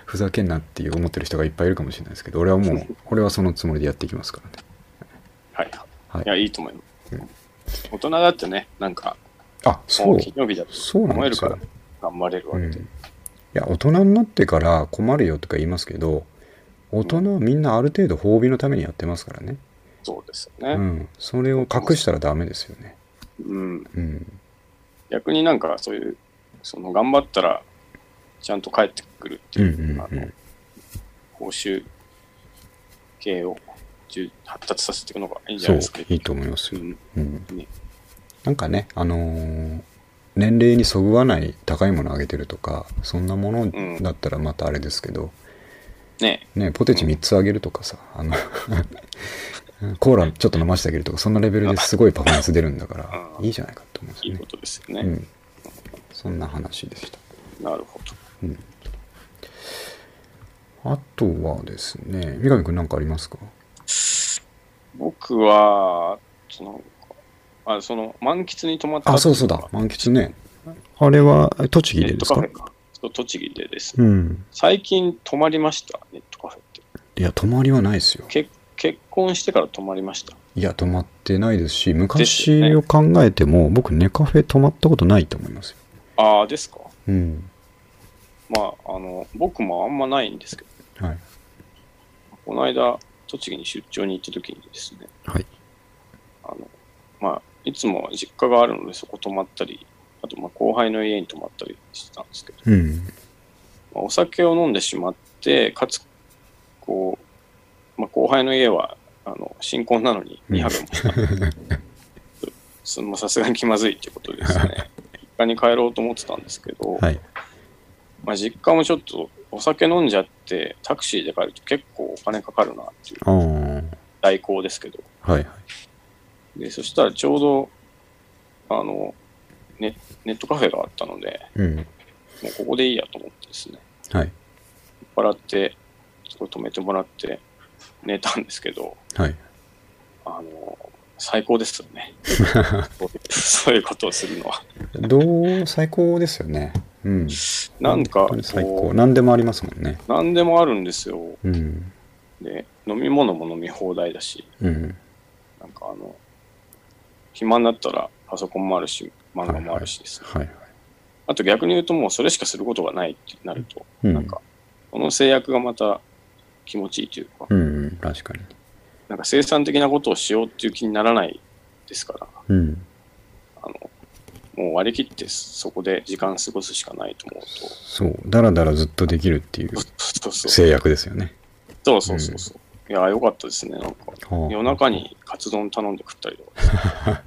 Speaker 2: ふざけんなっていう思ってる人がいっぱいいるかもしれないですけど、俺はもう、 俺はそのつもりでやっていきますからね。
Speaker 1: はい。
Speaker 2: はい
Speaker 1: いや、いいと思いま
Speaker 2: う
Speaker 1: す。
Speaker 2: ん
Speaker 1: 大人だってね、なんか、
Speaker 2: あ、
Speaker 1: も
Speaker 2: そうう。
Speaker 1: 金曜日だと
Speaker 2: そうなん
Speaker 1: 思
Speaker 2: で
Speaker 1: える
Speaker 2: す
Speaker 1: から
Speaker 2: よ。
Speaker 1: 頑張れるわ
Speaker 2: う
Speaker 1: け
Speaker 2: ん、
Speaker 1: で。
Speaker 2: いや大人になってから困るよとか言いますけど大人はみんなある程度褒美のためにやってますからね、
Speaker 1: そうです
Speaker 2: う
Speaker 1: よね、
Speaker 2: ん、それを隠したらダメですよね、
Speaker 1: うん
Speaker 2: うん、
Speaker 1: 逆になんかそういう、その頑張ったら、ちゃんと帰ってくるって
Speaker 2: うんう
Speaker 1: い
Speaker 2: ん
Speaker 1: う、
Speaker 2: う
Speaker 1: あの
Speaker 2: ん
Speaker 1: 報酬系を重発達させていくのがいいんじゃ
Speaker 2: そ
Speaker 1: な
Speaker 2: う
Speaker 1: いですか。
Speaker 2: いいと思います
Speaker 1: う
Speaker 2: よ、
Speaker 1: ん、
Speaker 2: うん
Speaker 1: ね、
Speaker 2: なんかねあのー年齢にそぐわない高いものあげてるとかそんなものだったらまたあれですけど、
Speaker 1: ね
Speaker 2: ねポテチ3つあげるとかさあの コーラちょっと飲ませてあげるとかそんなレベルですごいパフォーマンス出るんだから
Speaker 1: うん
Speaker 2: いいじゃないかと思うんです
Speaker 1: い
Speaker 2: よ
Speaker 1: い
Speaker 2: ね
Speaker 1: ことですよね。
Speaker 2: うん、そんな話でした、
Speaker 1: なるほど。
Speaker 2: うん、あとはですね三上君何かありますか
Speaker 1: 僕は、その、あその、満喫に泊まった
Speaker 2: あそうそう
Speaker 1: ってい
Speaker 2: だ
Speaker 1: のが
Speaker 2: 満喫ねあれは栃木
Speaker 1: ネ
Speaker 2: で
Speaker 1: ッ
Speaker 2: で
Speaker 1: ト
Speaker 2: す
Speaker 1: カフ
Speaker 2: か
Speaker 1: ェか。そう栃木でですね
Speaker 2: うん
Speaker 1: 最近泊まりました、ネットカフェって。
Speaker 2: いや泊まりはないですよ
Speaker 1: け結婚してから泊まりました。
Speaker 2: いや泊まってないですし
Speaker 1: ですよ
Speaker 2: 昔
Speaker 1: ね
Speaker 2: を考えても、僕ネカフェ泊まったことないと思いますよ
Speaker 1: ああ、ですか。
Speaker 2: うん
Speaker 1: まあ、あの、僕もあんまないんですけど、
Speaker 2: はい
Speaker 1: この間、栃木に出張に行った時にですね、
Speaker 2: はい
Speaker 1: あの、まあ、いつも実家があるのでそこ泊まったり、あと、まあ、後輩の家に泊まったりしてたんですけど、
Speaker 2: うん
Speaker 1: まあ、お酒を飲んでしまって、かつ、こう、まあ、後輩の家は、あの、新婚なのに2泊も した。そのまあさすがに気まずいってことですね。実家に帰ろうと思ってたんですけど、
Speaker 2: はい
Speaker 1: まあ、実家もちょっとお酒飲んじゃって、タクシーで帰ると結構お金かかるなっていう
Speaker 2: ああはい
Speaker 1: 代行ですけど、
Speaker 2: はい
Speaker 1: でそしたらちょうど、あの、ネネットカフェがあったので、
Speaker 2: うん
Speaker 1: もうここでいいやと思ってですね、
Speaker 2: はい
Speaker 1: 酔っ払って、そこ止めてもらって寝たんですけど、
Speaker 2: はい
Speaker 1: あの、最高ですよね。 そういうそういうことをするのは。
Speaker 2: どう最高ですよねうん
Speaker 1: なんか
Speaker 2: 本当に最
Speaker 1: こ
Speaker 2: 高何でもありますもんね
Speaker 1: う、何でもあるんですよ。
Speaker 2: うん
Speaker 1: で、飲み物も飲み放題だし、
Speaker 2: うん
Speaker 1: なんかあの、暇になったらパソコンもあるし、漫画もあるしですね、
Speaker 2: はいはい
Speaker 1: あと逆に言うともうそれしかすることがないってなると、
Speaker 2: うん
Speaker 1: なんか、この制約がまた気持ちいいというか、
Speaker 2: うんうん確かに
Speaker 1: なんか生産的なことをしようっていう気にならないですから、
Speaker 2: うん
Speaker 1: あの、もう割り切ってそこで時間過ごすしかないと思うと、
Speaker 2: そうだらだらずっとできるっていう
Speaker 1: そうそうそう。
Speaker 2: 制約ですよね
Speaker 1: そうそうそうそう。いや、よかったですね。なんか、
Speaker 2: はあ
Speaker 1: 夜中にカツ丼頼んで食ったりとか。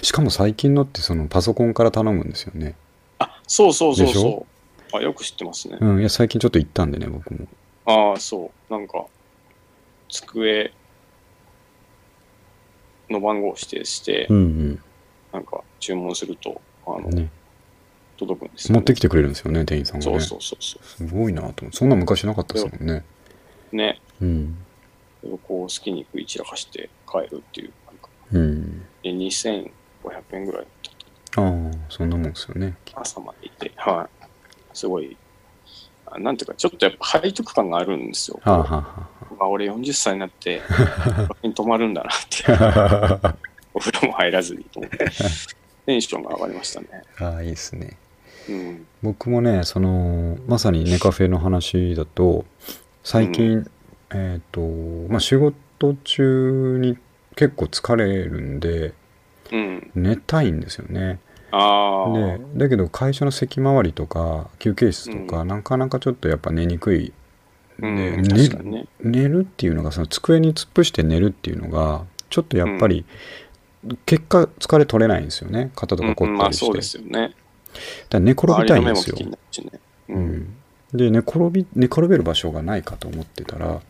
Speaker 2: しかも最近のってそのパソコンから頼むんですよね
Speaker 1: あ、そうそうそう
Speaker 2: でし
Speaker 1: そ
Speaker 2: ょ
Speaker 1: う。あ、よく知ってますね。
Speaker 2: うんいや最近ちょっと行ったんでね僕も
Speaker 1: ああ、そう。なんか、机の番号を指定して
Speaker 2: う、ん
Speaker 1: なんか注文すると、あ
Speaker 2: う
Speaker 1: の
Speaker 2: ん、ね
Speaker 1: 届くんですよ、
Speaker 2: 持って
Speaker 1: き
Speaker 2: きてくれるんですよね店員さんが
Speaker 1: そ
Speaker 2: ね
Speaker 1: うそうそうそ
Speaker 2: すごいなと思ってそんな昔なかったですもんね
Speaker 1: う。ね。
Speaker 2: うん
Speaker 1: それをこう、好きに食い散らかして帰るっていう、なんか、
Speaker 2: うん
Speaker 1: で2500円ぐらい
Speaker 2: ああそんなもんですよね
Speaker 1: 朝までいて、はい。すごい、あなんていうか、ちょっとやっぱ背徳感があるんですよ。
Speaker 2: はあは
Speaker 1: まあ、俺40歳に なって、泊まるんだなって、
Speaker 2: あは あ
Speaker 1: お風呂も入らずにと思って、テンションが上がりましたね。
Speaker 2: ああいいですね
Speaker 1: うん。
Speaker 2: 僕もねそのまさにネカフェの話だと最近、えっ、とまあ仕事中に結構疲れるんで
Speaker 1: うん。
Speaker 2: 寝たいんですよね
Speaker 1: ああ。
Speaker 2: でだけど会社の席回りとか休憩室とか、
Speaker 1: う
Speaker 2: なかなかちょっとやっぱ寝にくい、
Speaker 1: うん
Speaker 2: で
Speaker 1: 確かにね。
Speaker 2: 寝るっていうのがその机に突っ伏して寝るっていうのがちょっとやっぱり、結果疲れ取れないんですよね肩と
Speaker 1: うん
Speaker 2: か凝
Speaker 1: うん
Speaker 2: っ
Speaker 1: ま
Speaker 2: た
Speaker 1: あ
Speaker 2: りして、
Speaker 1: そうですよね。
Speaker 2: だから寝転びたいんですよ
Speaker 1: 周りの目も気になるしね。う。
Speaker 2: うんん、で寝転び寝転べる場所がないかと思ってたら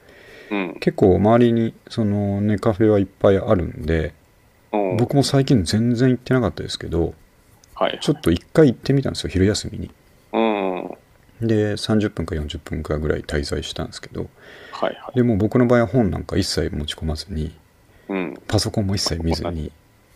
Speaker 1: うん。
Speaker 2: 結構周りにその寝カフェはいっぱいあるんで
Speaker 1: うん
Speaker 2: 僕も最近全然行ってなかったですけど
Speaker 1: はい。
Speaker 2: ちょっと一回行ってみたんですよ昼休みに
Speaker 1: うん。はい
Speaker 2: で30分か40分かぐらい滞在したんですけど
Speaker 1: はい。
Speaker 2: でもう僕の場合は本なんか一切持ち込まずに
Speaker 1: うん。
Speaker 2: パソコンも一切見ずに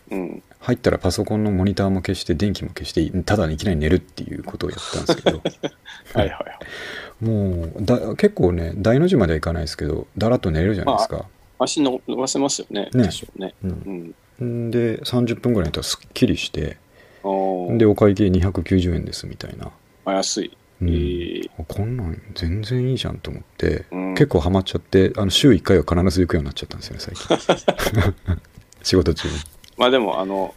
Speaker 1: うん。
Speaker 2: 入ったらパソコンのモニターも消して電気も消してただいきなり寝るっていうことをやったんですけど
Speaker 1: はいはいはい。
Speaker 2: もうだ結構ね大の字まではいかないですけどだらっと寝れるじゃないですか、
Speaker 1: 足伸ばせますよね。
Speaker 2: ね
Speaker 1: でしょうね。うん。
Speaker 2: うん、で30分ぐらいだったらすっきりして
Speaker 1: おー
Speaker 2: でお会計290円ですみたいな、
Speaker 1: あ安い。
Speaker 2: うん
Speaker 1: えー
Speaker 2: こんなん全然いいじゃんと思って、
Speaker 1: うん
Speaker 2: 結構ハマっちゃってあの週1回は必ず行くようになっちゃったんですよね最近 仕事中に
Speaker 1: まあでも、あの、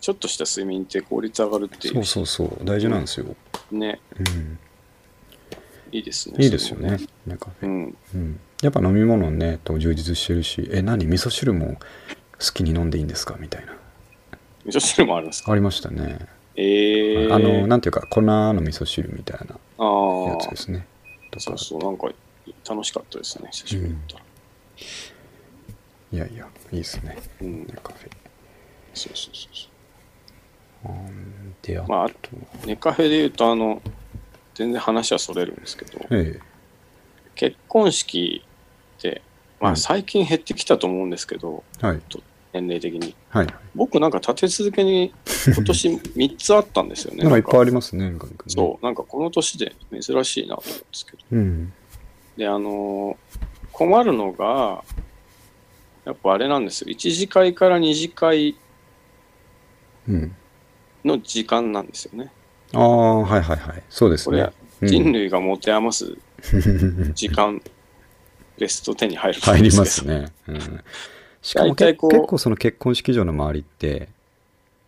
Speaker 1: ちょっとした睡眠って効率上がるってい
Speaker 2: そう
Speaker 1: う
Speaker 2: そうそう大事なんですよ、
Speaker 1: ね、
Speaker 2: うん、
Speaker 1: いいですね。
Speaker 2: いいですよねなんか、
Speaker 1: それもね。
Speaker 2: うん、やっぱ飲み物ねと充実してるしえ何味噌汁も好きに飲んでいいんですかみたいな
Speaker 1: うん。味噌汁もあるんですか
Speaker 2: ありましたね、
Speaker 1: ええー。
Speaker 2: あのなんていうか粉の味噌汁みたいな
Speaker 1: あー
Speaker 2: やつですねと
Speaker 1: そ
Speaker 2: か
Speaker 1: うそう、なんか楽しかったですね、久しぶりに行ったら。
Speaker 2: いやいやいいですね
Speaker 1: うん、
Speaker 2: ネカフェ
Speaker 1: そうそうそうそ
Speaker 2: うんであ
Speaker 1: う。まあ、あ
Speaker 2: と、
Speaker 1: と、ネカフェで言うと、あの、全然話はそれるんですけど、
Speaker 2: え
Speaker 1: 結婚式って、
Speaker 2: う
Speaker 1: まあ
Speaker 2: ん
Speaker 1: 最近減ってきたと思うんですけど、
Speaker 2: えはい
Speaker 1: 年齢的に。
Speaker 2: はい
Speaker 1: 僕なんか立て続けに 今年3つあったんですよね。
Speaker 2: なんかいっぱいあり
Speaker 1: ま
Speaker 2: ますね、三上君ね
Speaker 1: そう、なんかこの年で珍しいなと思うんですけど。
Speaker 2: う。ん。
Speaker 1: で、あのー困るのが、やっぱあれなんですよ。1次会から2次会
Speaker 2: うん。
Speaker 1: の時間なんですよね。
Speaker 2: ああ、はいはいはい。そうですね。うん
Speaker 1: 人類が持て余す時間、ベスト10に入ると思うん
Speaker 2: 入り
Speaker 1: でけど
Speaker 2: ます。ね。うん。しかも
Speaker 1: 大体
Speaker 2: 結
Speaker 1: こう
Speaker 2: 結構その結婚式場の周りって、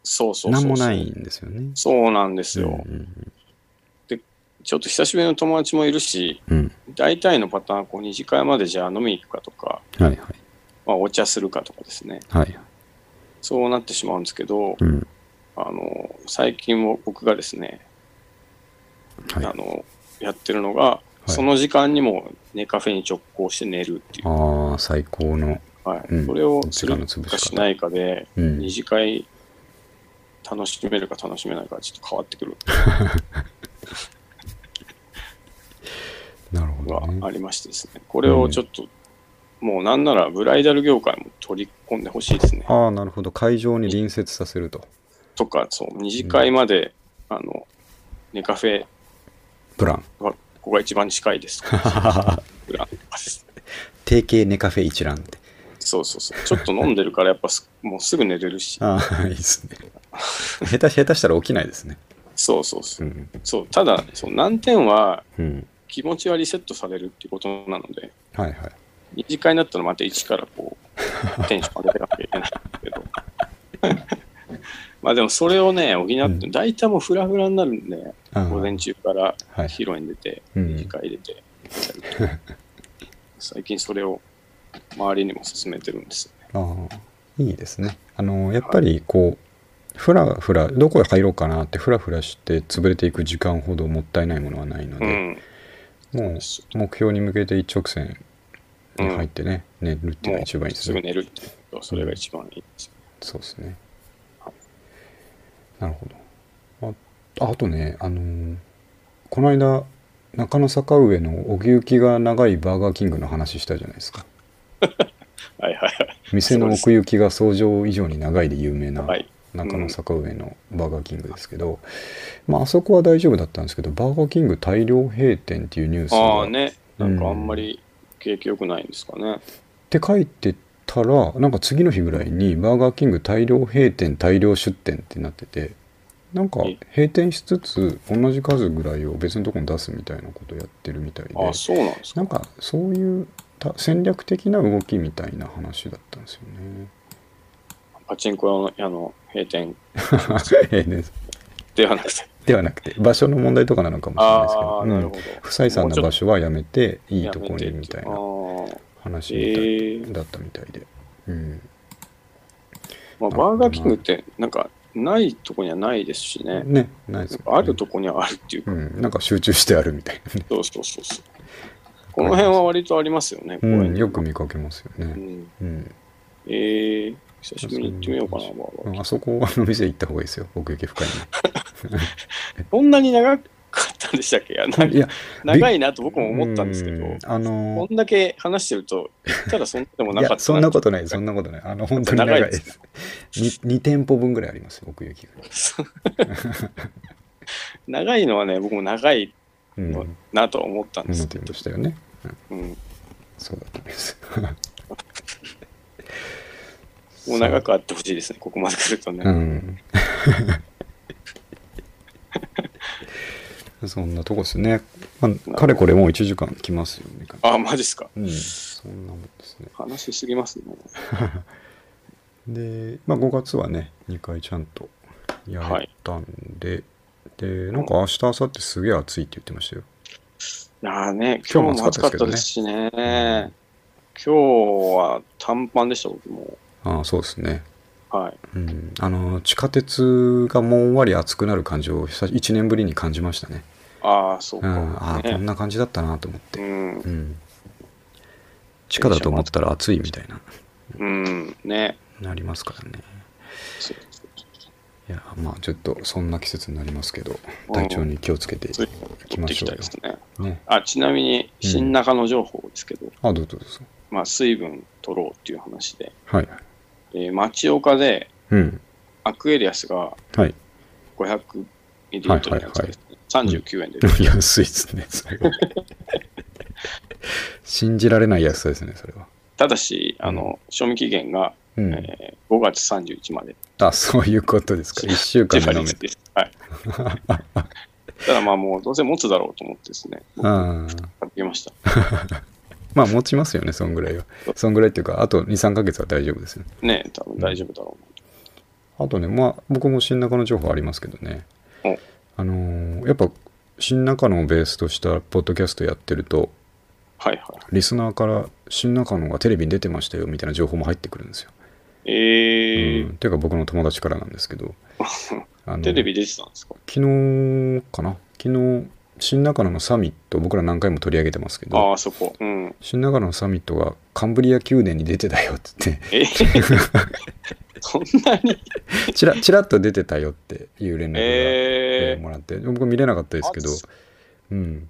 Speaker 1: そうそうそう
Speaker 2: なん
Speaker 1: そう。
Speaker 2: もないんですよね。
Speaker 1: そうなんですよ。
Speaker 2: うん
Speaker 1: ちょっと久しぶりの友達もいるし、
Speaker 2: うん。
Speaker 1: 大体のパターン、こう、二次会までじゃあ飲みに行くかとか、
Speaker 2: うんはいはい。
Speaker 1: まあ、お茶するかとかですね。
Speaker 2: はい。
Speaker 1: そうなってしまうんですけど
Speaker 2: う、ん。
Speaker 1: あの、最近も僕がですね、
Speaker 2: はい。
Speaker 1: あ
Speaker 2: あ
Speaker 1: の、やってるのが、
Speaker 2: い
Speaker 1: その時間にも寝カフェに直行して寝るっていう。
Speaker 2: あー、最高の。
Speaker 1: はい。
Speaker 2: うん
Speaker 1: それをす
Speaker 2: 時
Speaker 1: る
Speaker 2: 間の潰し
Speaker 1: か
Speaker 2: 方
Speaker 1: しないかで、
Speaker 2: うん
Speaker 1: 二次会楽しめるか楽しめないかちょっと変わってくる
Speaker 2: なるほ
Speaker 1: の
Speaker 2: どね
Speaker 1: が。ありましてですね、これをちょっと、もうなんならブライダル業界も取り込んでほしいですね。
Speaker 2: ああ、なるほど。会場に隣接させると。
Speaker 1: とか、そう、二次会まで、あの、ネカフェ
Speaker 2: プ ラン。
Speaker 1: はここが一番近いですとか、 裏とかですね
Speaker 2: 定型ネカフェ一覧って。
Speaker 1: そうそうそう、ちょっと飲んでるからやっぱすもうすぐ寝れるし、
Speaker 2: ああ、いいです ね。下手し、下手したら起きないですね。
Speaker 1: そうそうそうう。
Speaker 2: ん。
Speaker 1: そうただ、そう難点は
Speaker 2: うん。
Speaker 1: 気持ちはリセットされるっていうことなので、
Speaker 2: はいはい。
Speaker 1: 二次会になったらまた一からこ う、テンション上げていかなきゃいけないんだけど。 まあでもそれをね、補って、
Speaker 2: うん
Speaker 1: 大体もうフラフラになるんで、
Speaker 2: あー
Speaker 1: 午前中から
Speaker 2: はい
Speaker 1: 披露宴出て、
Speaker 2: うん
Speaker 1: 二次会出て、最近それを周りにも勧めてるんですよね。
Speaker 2: ああ、いいですね。あの、やっぱりこう、ふらふら、どこへ入ろうかなってふらふらして潰れていく時間ほどもったいないものはないの
Speaker 1: う
Speaker 2: で、
Speaker 1: ん。
Speaker 2: もう目標に向けて一直線に入ってね、寝るっていうのが一番いいです
Speaker 1: す
Speaker 2: ね
Speaker 1: ぐ。寝るっていうことそれが一番いいですよ。
Speaker 2: そうですね。なるほど。ああとね、あのーこの間、中野坂上の奥行きが長いバーガーキングの話したじゃないですか。
Speaker 1: はいはいはい。
Speaker 2: 店の奥行きが想像以上に長いで有名な
Speaker 1: はい
Speaker 2: 中野坂上のバーガーキングですけど、まああそこは大丈夫だったんですけどバーガーキング大量閉店っていうニュース
Speaker 1: あ
Speaker 2: が
Speaker 1: あね、なんかあんまり景気良くないんですかね。
Speaker 2: って書いてたらなんか次の日ぐらいにバーガーキング大量閉店大量出店ってなっててなんか
Speaker 1: え
Speaker 2: 閉店しつつ同じ数ぐらいを別のとこに出すみたいなことやってるみたいで
Speaker 1: あ、そうなんですか。
Speaker 2: なんかそういうた戦略的な動きみたいな話だったんですよね。
Speaker 1: パチンコ屋のあの閉店
Speaker 2: ええ です
Speaker 1: ではなくて。
Speaker 2: ではなくて場所の問題とかなのかもしれないですけ
Speaker 1: あ
Speaker 2: ど
Speaker 1: あ、
Speaker 2: うん
Speaker 1: なるほど。
Speaker 2: 不採算な場所はやめていい
Speaker 1: や
Speaker 2: と
Speaker 1: め
Speaker 2: こ
Speaker 1: て
Speaker 2: に
Speaker 1: って
Speaker 2: みたい
Speaker 1: あ
Speaker 2: な
Speaker 1: ー
Speaker 2: 話みたい
Speaker 1: ええ
Speaker 2: だったみたいで。うん
Speaker 1: まあ、バーガーキングって、なんか、ないとこにはないですしね。
Speaker 2: ね、ないです
Speaker 1: あるとこにはあるっていう
Speaker 2: う
Speaker 1: か、
Speaker 2: ん、なんか集中してあるみ たいなね。
Speaker 1: そうそうそうそう。この辺は割とありますよね、公
Speaker 2: うん、
Speaker 1: 園
Speaker 2: よく見かけますよ
Speaker 1: う
Speaker 2: ね。
Speaker 1: ん、
Speaker 2: うん、
Speaker 1: えー、久しぶりに行ってみようかな、バ
Speaker 2: そう
Speaker 1: ーガーキング
Speaker 2: あそこあの店行った方がいいですよ、奥行き深い
Speaker 1: そんなに長かったんでしたっけいや
Speaker 2: の。
Speaker 1: な
Speaker 2: いや、
Speaker 1: 長いなと僕も思ったんですけ
Speaker 2: う
Speaker 1: ど
Speaker 2: ん、あの
Speaker 1: こんだけ話してると、ただそんなでも
Speaker 2: い
Speaker 1: なか
Speaker 2: や
Speaker 1: っ、た。
Speaker 2: そんなことない、そんなことない。あの、本当に長いです。2, 店舗分ぐらいあります、奥行きが。
Speaker 1: 長いのはね、僕も長い
Speaker 2: うん。思
Speaker 1: なとは思ったんです
Speaker 2: っ
Speaker 1: け
Speaker 2: て
Speaker 1: ど
Speaker 2: ま、したよね。うん
Speaker 1: うん、も
Speaker 2: そうだったんです。
Speaker 1: う長くあってほしいですね、ここまで来るとね。
Speaker 2: うん。そんな とこですね。まあ、かれこれもう1時間来ますよね。
Speaker 1: あ、マジっすか。
Speaker 2: うん。そんなもんですね。
Speaker 1: 話しすぎますね。
Speaker 2: で、まあ、5月はね、2回ちゃんとやったんで、で、なんか明日、明後日すげえ暑いって言ってましたよ。
Speaker 1: いやーね、
Speaker 2: 今
Speaker 1: 今
Speaker 2: 日
Speaker 1: 日
Speaker 2: も
Speaker 1: も
Speaker 2: 暑
Speaker 1: 暑
Speaker 2: か
Speaker 1: か
Speaker 2: っ
Speaker 1: ったた
Speaker 2: で
Speaker 1: ですすしね。
Speaker 2: ね
Speaker 1: 今日は短パンでした、僕も。
Speaker 2: ああ、そうですね。
Speaker 1: はい。
Speaker 2: うん、あの地下鉄がもんわり熱くなる感じを久し1年ぶりに感じましたね。
Speaker 1: ああ、そう
Speaker 2: うん、あ
Speaker 1: か
Speaker 2: あ、。こん
Speaker 1: ね
Speaker 2: な感じだったなと思っ
Speaker 1: う
Speaker 2: て、
Speaker 1: ん
Speaker 2: う。ん、地下だと思ったら暑いみたいな
Speaker 1: うん。ね。
Speaker 2: なりますからね
Speaker 1: そうそうそ
Speaker 2: い
Speaker 1: う
Speaker 2: やまあちょっとそんな季節になりますけど体調に気をつけてい
Speaker 1: そう
Speaker 2: き
Speaker 1: 取っ
Speaker 2: ま
Speaker 1: てい
Speaker 2: し
Speaker 1: き
Speaker 2: ょ
Speaker 1: た
Speaker 2: う
Speaker 1: いですね。
Speaker 2: よ。ね、
Speaker 1: あ、ちなみに、新中野情報ですけど、
Speaker 2: あどうぞどうぞ。
Speaker 1: まあ、水分取ろうっていう話で、
Speaker 2: はいはい。
Speaker 1: えー町岡で
Speaker 2: うん。
Speaker 1: アクエリアスが
Speaker 2: はい。
Speaker 1: 500ミリリットルのやつです、ね39円で。
Speaker 2: 安いですね、それは。 信じられない安さですね、それは。
Speaker 1: ただし、あの、賞味期限が、
Speaker 2: うん。
Speaker 1: えー5月31日まで。
Speaker 2: あ、そういうことですか。1週間
Speaker 1: 縛
Speaker 2: で飲
Speaker 1: り
Speaker 2: め
Speaker 1: 付きです。 はい。ただまあもうどうせ持つだろうと思ってですね、僕買
Speaker 2: ああ。
Speaker 1: ってきました。
Speaker 2: まあ持ちますよね、そんぐらいは。そんぐらいっていうか、あと2、3ヶ月は大丈夫ですね。
Speaker 1: ねえ、多分大丈夫だろ
Speaker 2: あとね、まあ僕も新中野情報ありますけどね
Speaker 1: お。
Speaker 2: あのーやっぱ新中野をベースとしたポッドキャストやってると、
Speaker 1: う。はいは
Speaker 2: リスナーから新中野がテレビに出てましたよみたいな情報も入ってくるんですよ。
Speaker 1: い。え
Speaker 2: うん
Speaker 1: ー、
Speaker 2: ていうか僕の友達からなんですけ ど。あの
Speaker 1: テレビ出てたんですか
Speaker 2: 昨日かな昨日、新中野のサミット、僕ら何回も取り上げてますけ
Speaker 1: あ
Speaker 2: ど、
Speaker 1: あ、そこ。うん。
Speaker 2: 新中野のサミットがカンブリア宮殿に出てたよって言って、
Speaker 1: え ー、そんなに
Speaker 2: チラチラッと出て たよっていう連絡が、え
Speaker 1: え
Speaker 2: ー
Speaker 1: ー、
Speaker 2: もらって僕見れなかったですけど
Speaker 1: あ、そ
Speaker 2: うん、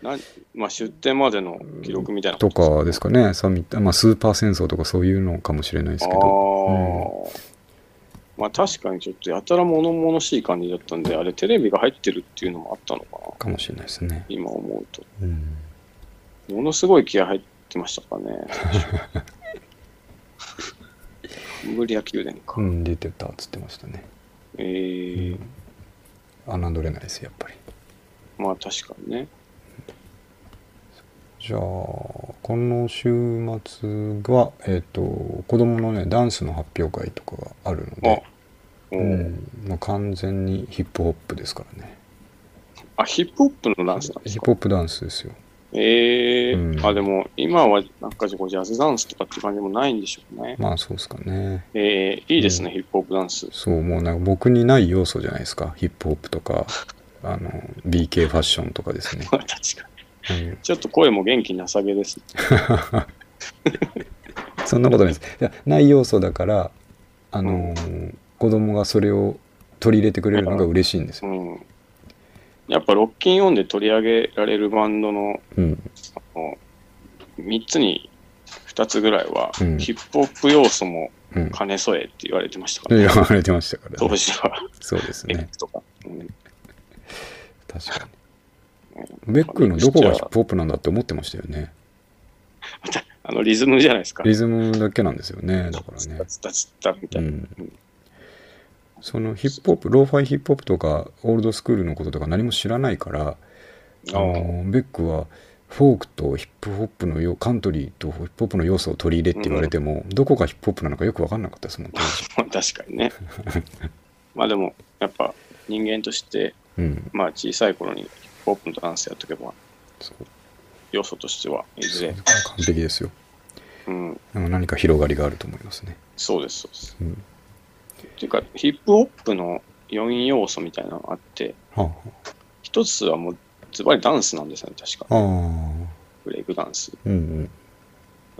Speaker 1: なまあ、出店までの記録みたいな
Speaker 2: と
Speaker 1: こと
Speaker 2: かですかねサミット、まあ、スーパー戦争とかそういうのかもしれないですけど
Speaker 1: ああ、まあ確かにちょっとやたら物々しい感じだったんで、あれテレビが入ってるっていうのもあったのかな、
Speaker 2: かもしれないですね、
Speaker 1: 今思うと。
Speaker 2: うん、
Speaker 1: ものすごい気合入ってましたから ね。カンブリア宮殿か。
Speaker 2: うん出てたっつってましたね、
Speaker 1: えー、
Speaker 2: うん、侮れないですやっぱり
Speaker 1: まあ確かにね。
Speaker 2: じゃあこの週末は、えっと子供のねダンスの発表会とかがあるの
Speaker 1: あ
Speaker 2: で、、
Speaker 1: お
Speaker 2: う
Speaker 1: ー
Speaker 2: んまあ、完全にヒップホップですからね
Speaker 1: あ、ヒップホップのダンスなん
Speaker 2: ヒ
Speaker 1: です
Speaker 2: ッ
Speaker 1: か
Speaker 2: プホップダンスですよ
Speaker 1: ええ
Speaker 2: うん
Speaker 1: あ、でも今はなんかこうジャズダンスとかって感じもないんでしょうね。
Speaker 2: まあそうですかね
Speaker 1: ええいいですね、
Speaker 2: う
Speaker 1: ヒップホップダンス。
Speaker 2: そう、もうなんか僕にない要素じゃないですか。ヒップホップとか、あの、BK ファッションとか ですね。
Speaker 1: まあ確かに。
Speaker 2: うん
Speaker 1: ちょっと声も元気なさげですね。
Speaker 2: そんなことないです。いやない要素だから、あのー子供がそれを取り入れてくれるのが嬉しいんです
Speaker 1: う
Speaker 2: よ。
Speaker 1: ん。やっぱロッキンオンで取り上げられるバンドの
Speaker 2: うん。
Speaker 1: あの3つに2つぐらいは、
Speaker 2: うん
Speaker 1: ヒップホップ要素も
Speaker 2: うん。
Speaker 1: 兼ね添えって言われてましたから、ね、
Speaker 2: 言われてましたから、
Speaker 1: 当
Speaker 2: ね。
Speaker 1: 時は、
Speaker 2: そうです
Speaker 1: エッ
Speaker 2: ね。
Speaker 1: クとか、うん
Speaker 2: 確かに。ベックのどこがヒップホップなんだって思ってましたよね。
Speaker 1: あのリズムじゃないですか。
Speaker 2: リズムだけなんですよね。だからね
Speaker 1: タ。ツタツタツみた
Speaker 2: う
Speaker 1: いな。
Speaker 2: ん。そのヒップホップローファイヒップホップとかオールドスクールのこととか何も知らないからあのベックはフォークとヒップホップのよカントリーとヒップホップの要素を取り入れって言われても、どこがヒップホップなのかよく分かんなかったですもん当時
Speaker 1: 確かにね。 まあでも、やっぱ人間として、
Speaker 2: うん
Speaker 1: まあ小さい頃にヒップホップのダンスやっとけば、
Speaker 2: そう
Speaker 1: 要素としてはいずれ、
Speaker 2: 完璧ですよ
Speaker 1: うん、
Speaker 2: あの何か広がりがあると思いますね、
Speaker 1: そうです、そうです。
Speaker 2: うん、
Speaker 1: っていうか、ヒップホップの余韻要素みたいなのがあって、
Speaker 2: は
Speaker 1: 一つはもうズバリダンスなんですよね、確か。
Speaker 2: あ、はあ
Speaker 1: ブレイクダンス。
Speaker 2: うんうん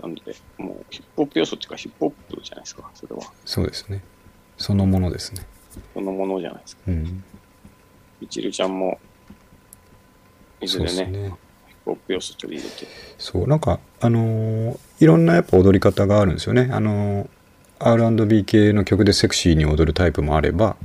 Speaker 1: なんで、もうヒップホップ要素っていうか、ヒップホップじゃないですか、それは。
Speaker 2: そうですねそのものですね
Speaker 1: そのものじゃないですか。
Speaker 2: うん
Speaker 1: みちるちゃんも、いず
Speaker 2: そう
Speaker 1: れ
Speaker 2: です
Speaker 1: ね、ヒップ
Speaker 2: ね
Speaker 1: ホップ要素取り入れて。
Speaker 2: そうなんかあのーいろんなやっぱ踊り方があるんですよねあのー R&B 系の曲でセクシーに踊るタイプもあれば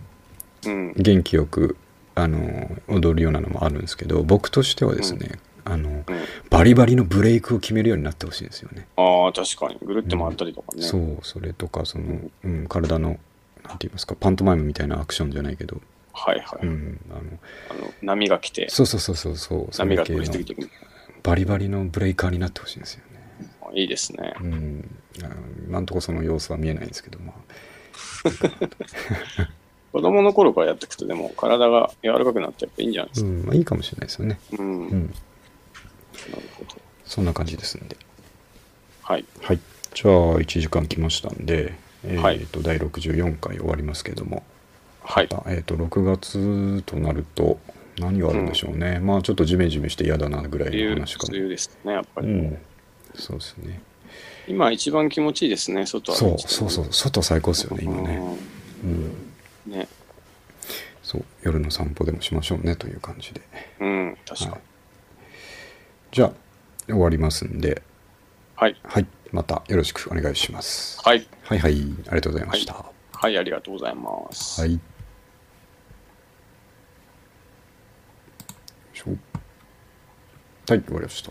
Speaker 1: うん。
Speaker 2: 元気よくあのー踊るようなのもあるんですけど僕としてはですね、あの
Speaker 1: うん、
Speaker 2: バリバリのブレイクを決めるようになってほしいんですよね
Speaker 1: ああ、確かに。ぐるって回ったりとかね。
Speaker 2: そうそれとかその
Speaker 1: ん、
Speaker 2: うん、体のなんて言いますかパントマイムみたいなアクションじゃないけど、
Speaker 1: はいはい。
Speaker 2: うん、あの
Speaker 1: あの波が来て、
Speaker 2: そうそうそうそうそうそ
Speaker 1: 波
Speaker 2: れ
Speaker 1: が
Speaker 2: 系
Speaker 1: 通
Speaker 2: の
Speaker 1: り過ぎてくる。
Speaker 2: バリバリのブレイカーになってほしいんですよね、
Speaker 1: あいいですね。
Speaker 2: うん、あの今んとこその様子は見えないんですけどまあ
Speaker 1: 子供の頃からやっていくと、でも体が柔らかくなってやっぱいいんじゃないで
Speaker 2: う
Speaker 1: すか。
Speaker 2: んまあ、いいかもしれないですよね、
Speaker 1: うん。
Speaker 2: う
Speaker 1: なる
Speaker 2: ん、
Speaker 1: ほど。
Speaker 2: そんな感じですんで
Speaker 1: はい。
Speaker 2: はいじゃあ1時間来ましたんで、えー
Speaker 1: はい
Speaker 2: と第64回終わりますけども
Speaker 1: はい。
Speaker 2: あえー、と6月となると何があるんでしょうね、まあちょっとジメジメして嫌だなぐら
Speaker 1: 梅
Speaker 2: いの
Speaker 1: 雨、梅
Speaker 2: 話かも
Speaker 1: 雨ですね、やっぱり。
Speaker 2: うん、そうですね
Speaker 1: 今一番気持ちいいですね、外
Speaker 2: そ
Speaker 1: 歩いうてて
Speaker 2: そうそう外最高ですよね今ね、うん、
Speaker 1: うん。ね。
Speaker 2: そう夜の散歩でもしましょうねという感じで、
Speaker 1: うん、確かに
Speaker 2: はい。じゃあ終わりますんで
Speaker 1: はい。
Speaker 2: はいまたよろしくお願いします、
Speaker 1: はい。
Speaker 2: はいはいありがとうございました、
Speaker 1: はい、ありがとうございます。
Speaker 2: はい。よいしょはい、終わりました。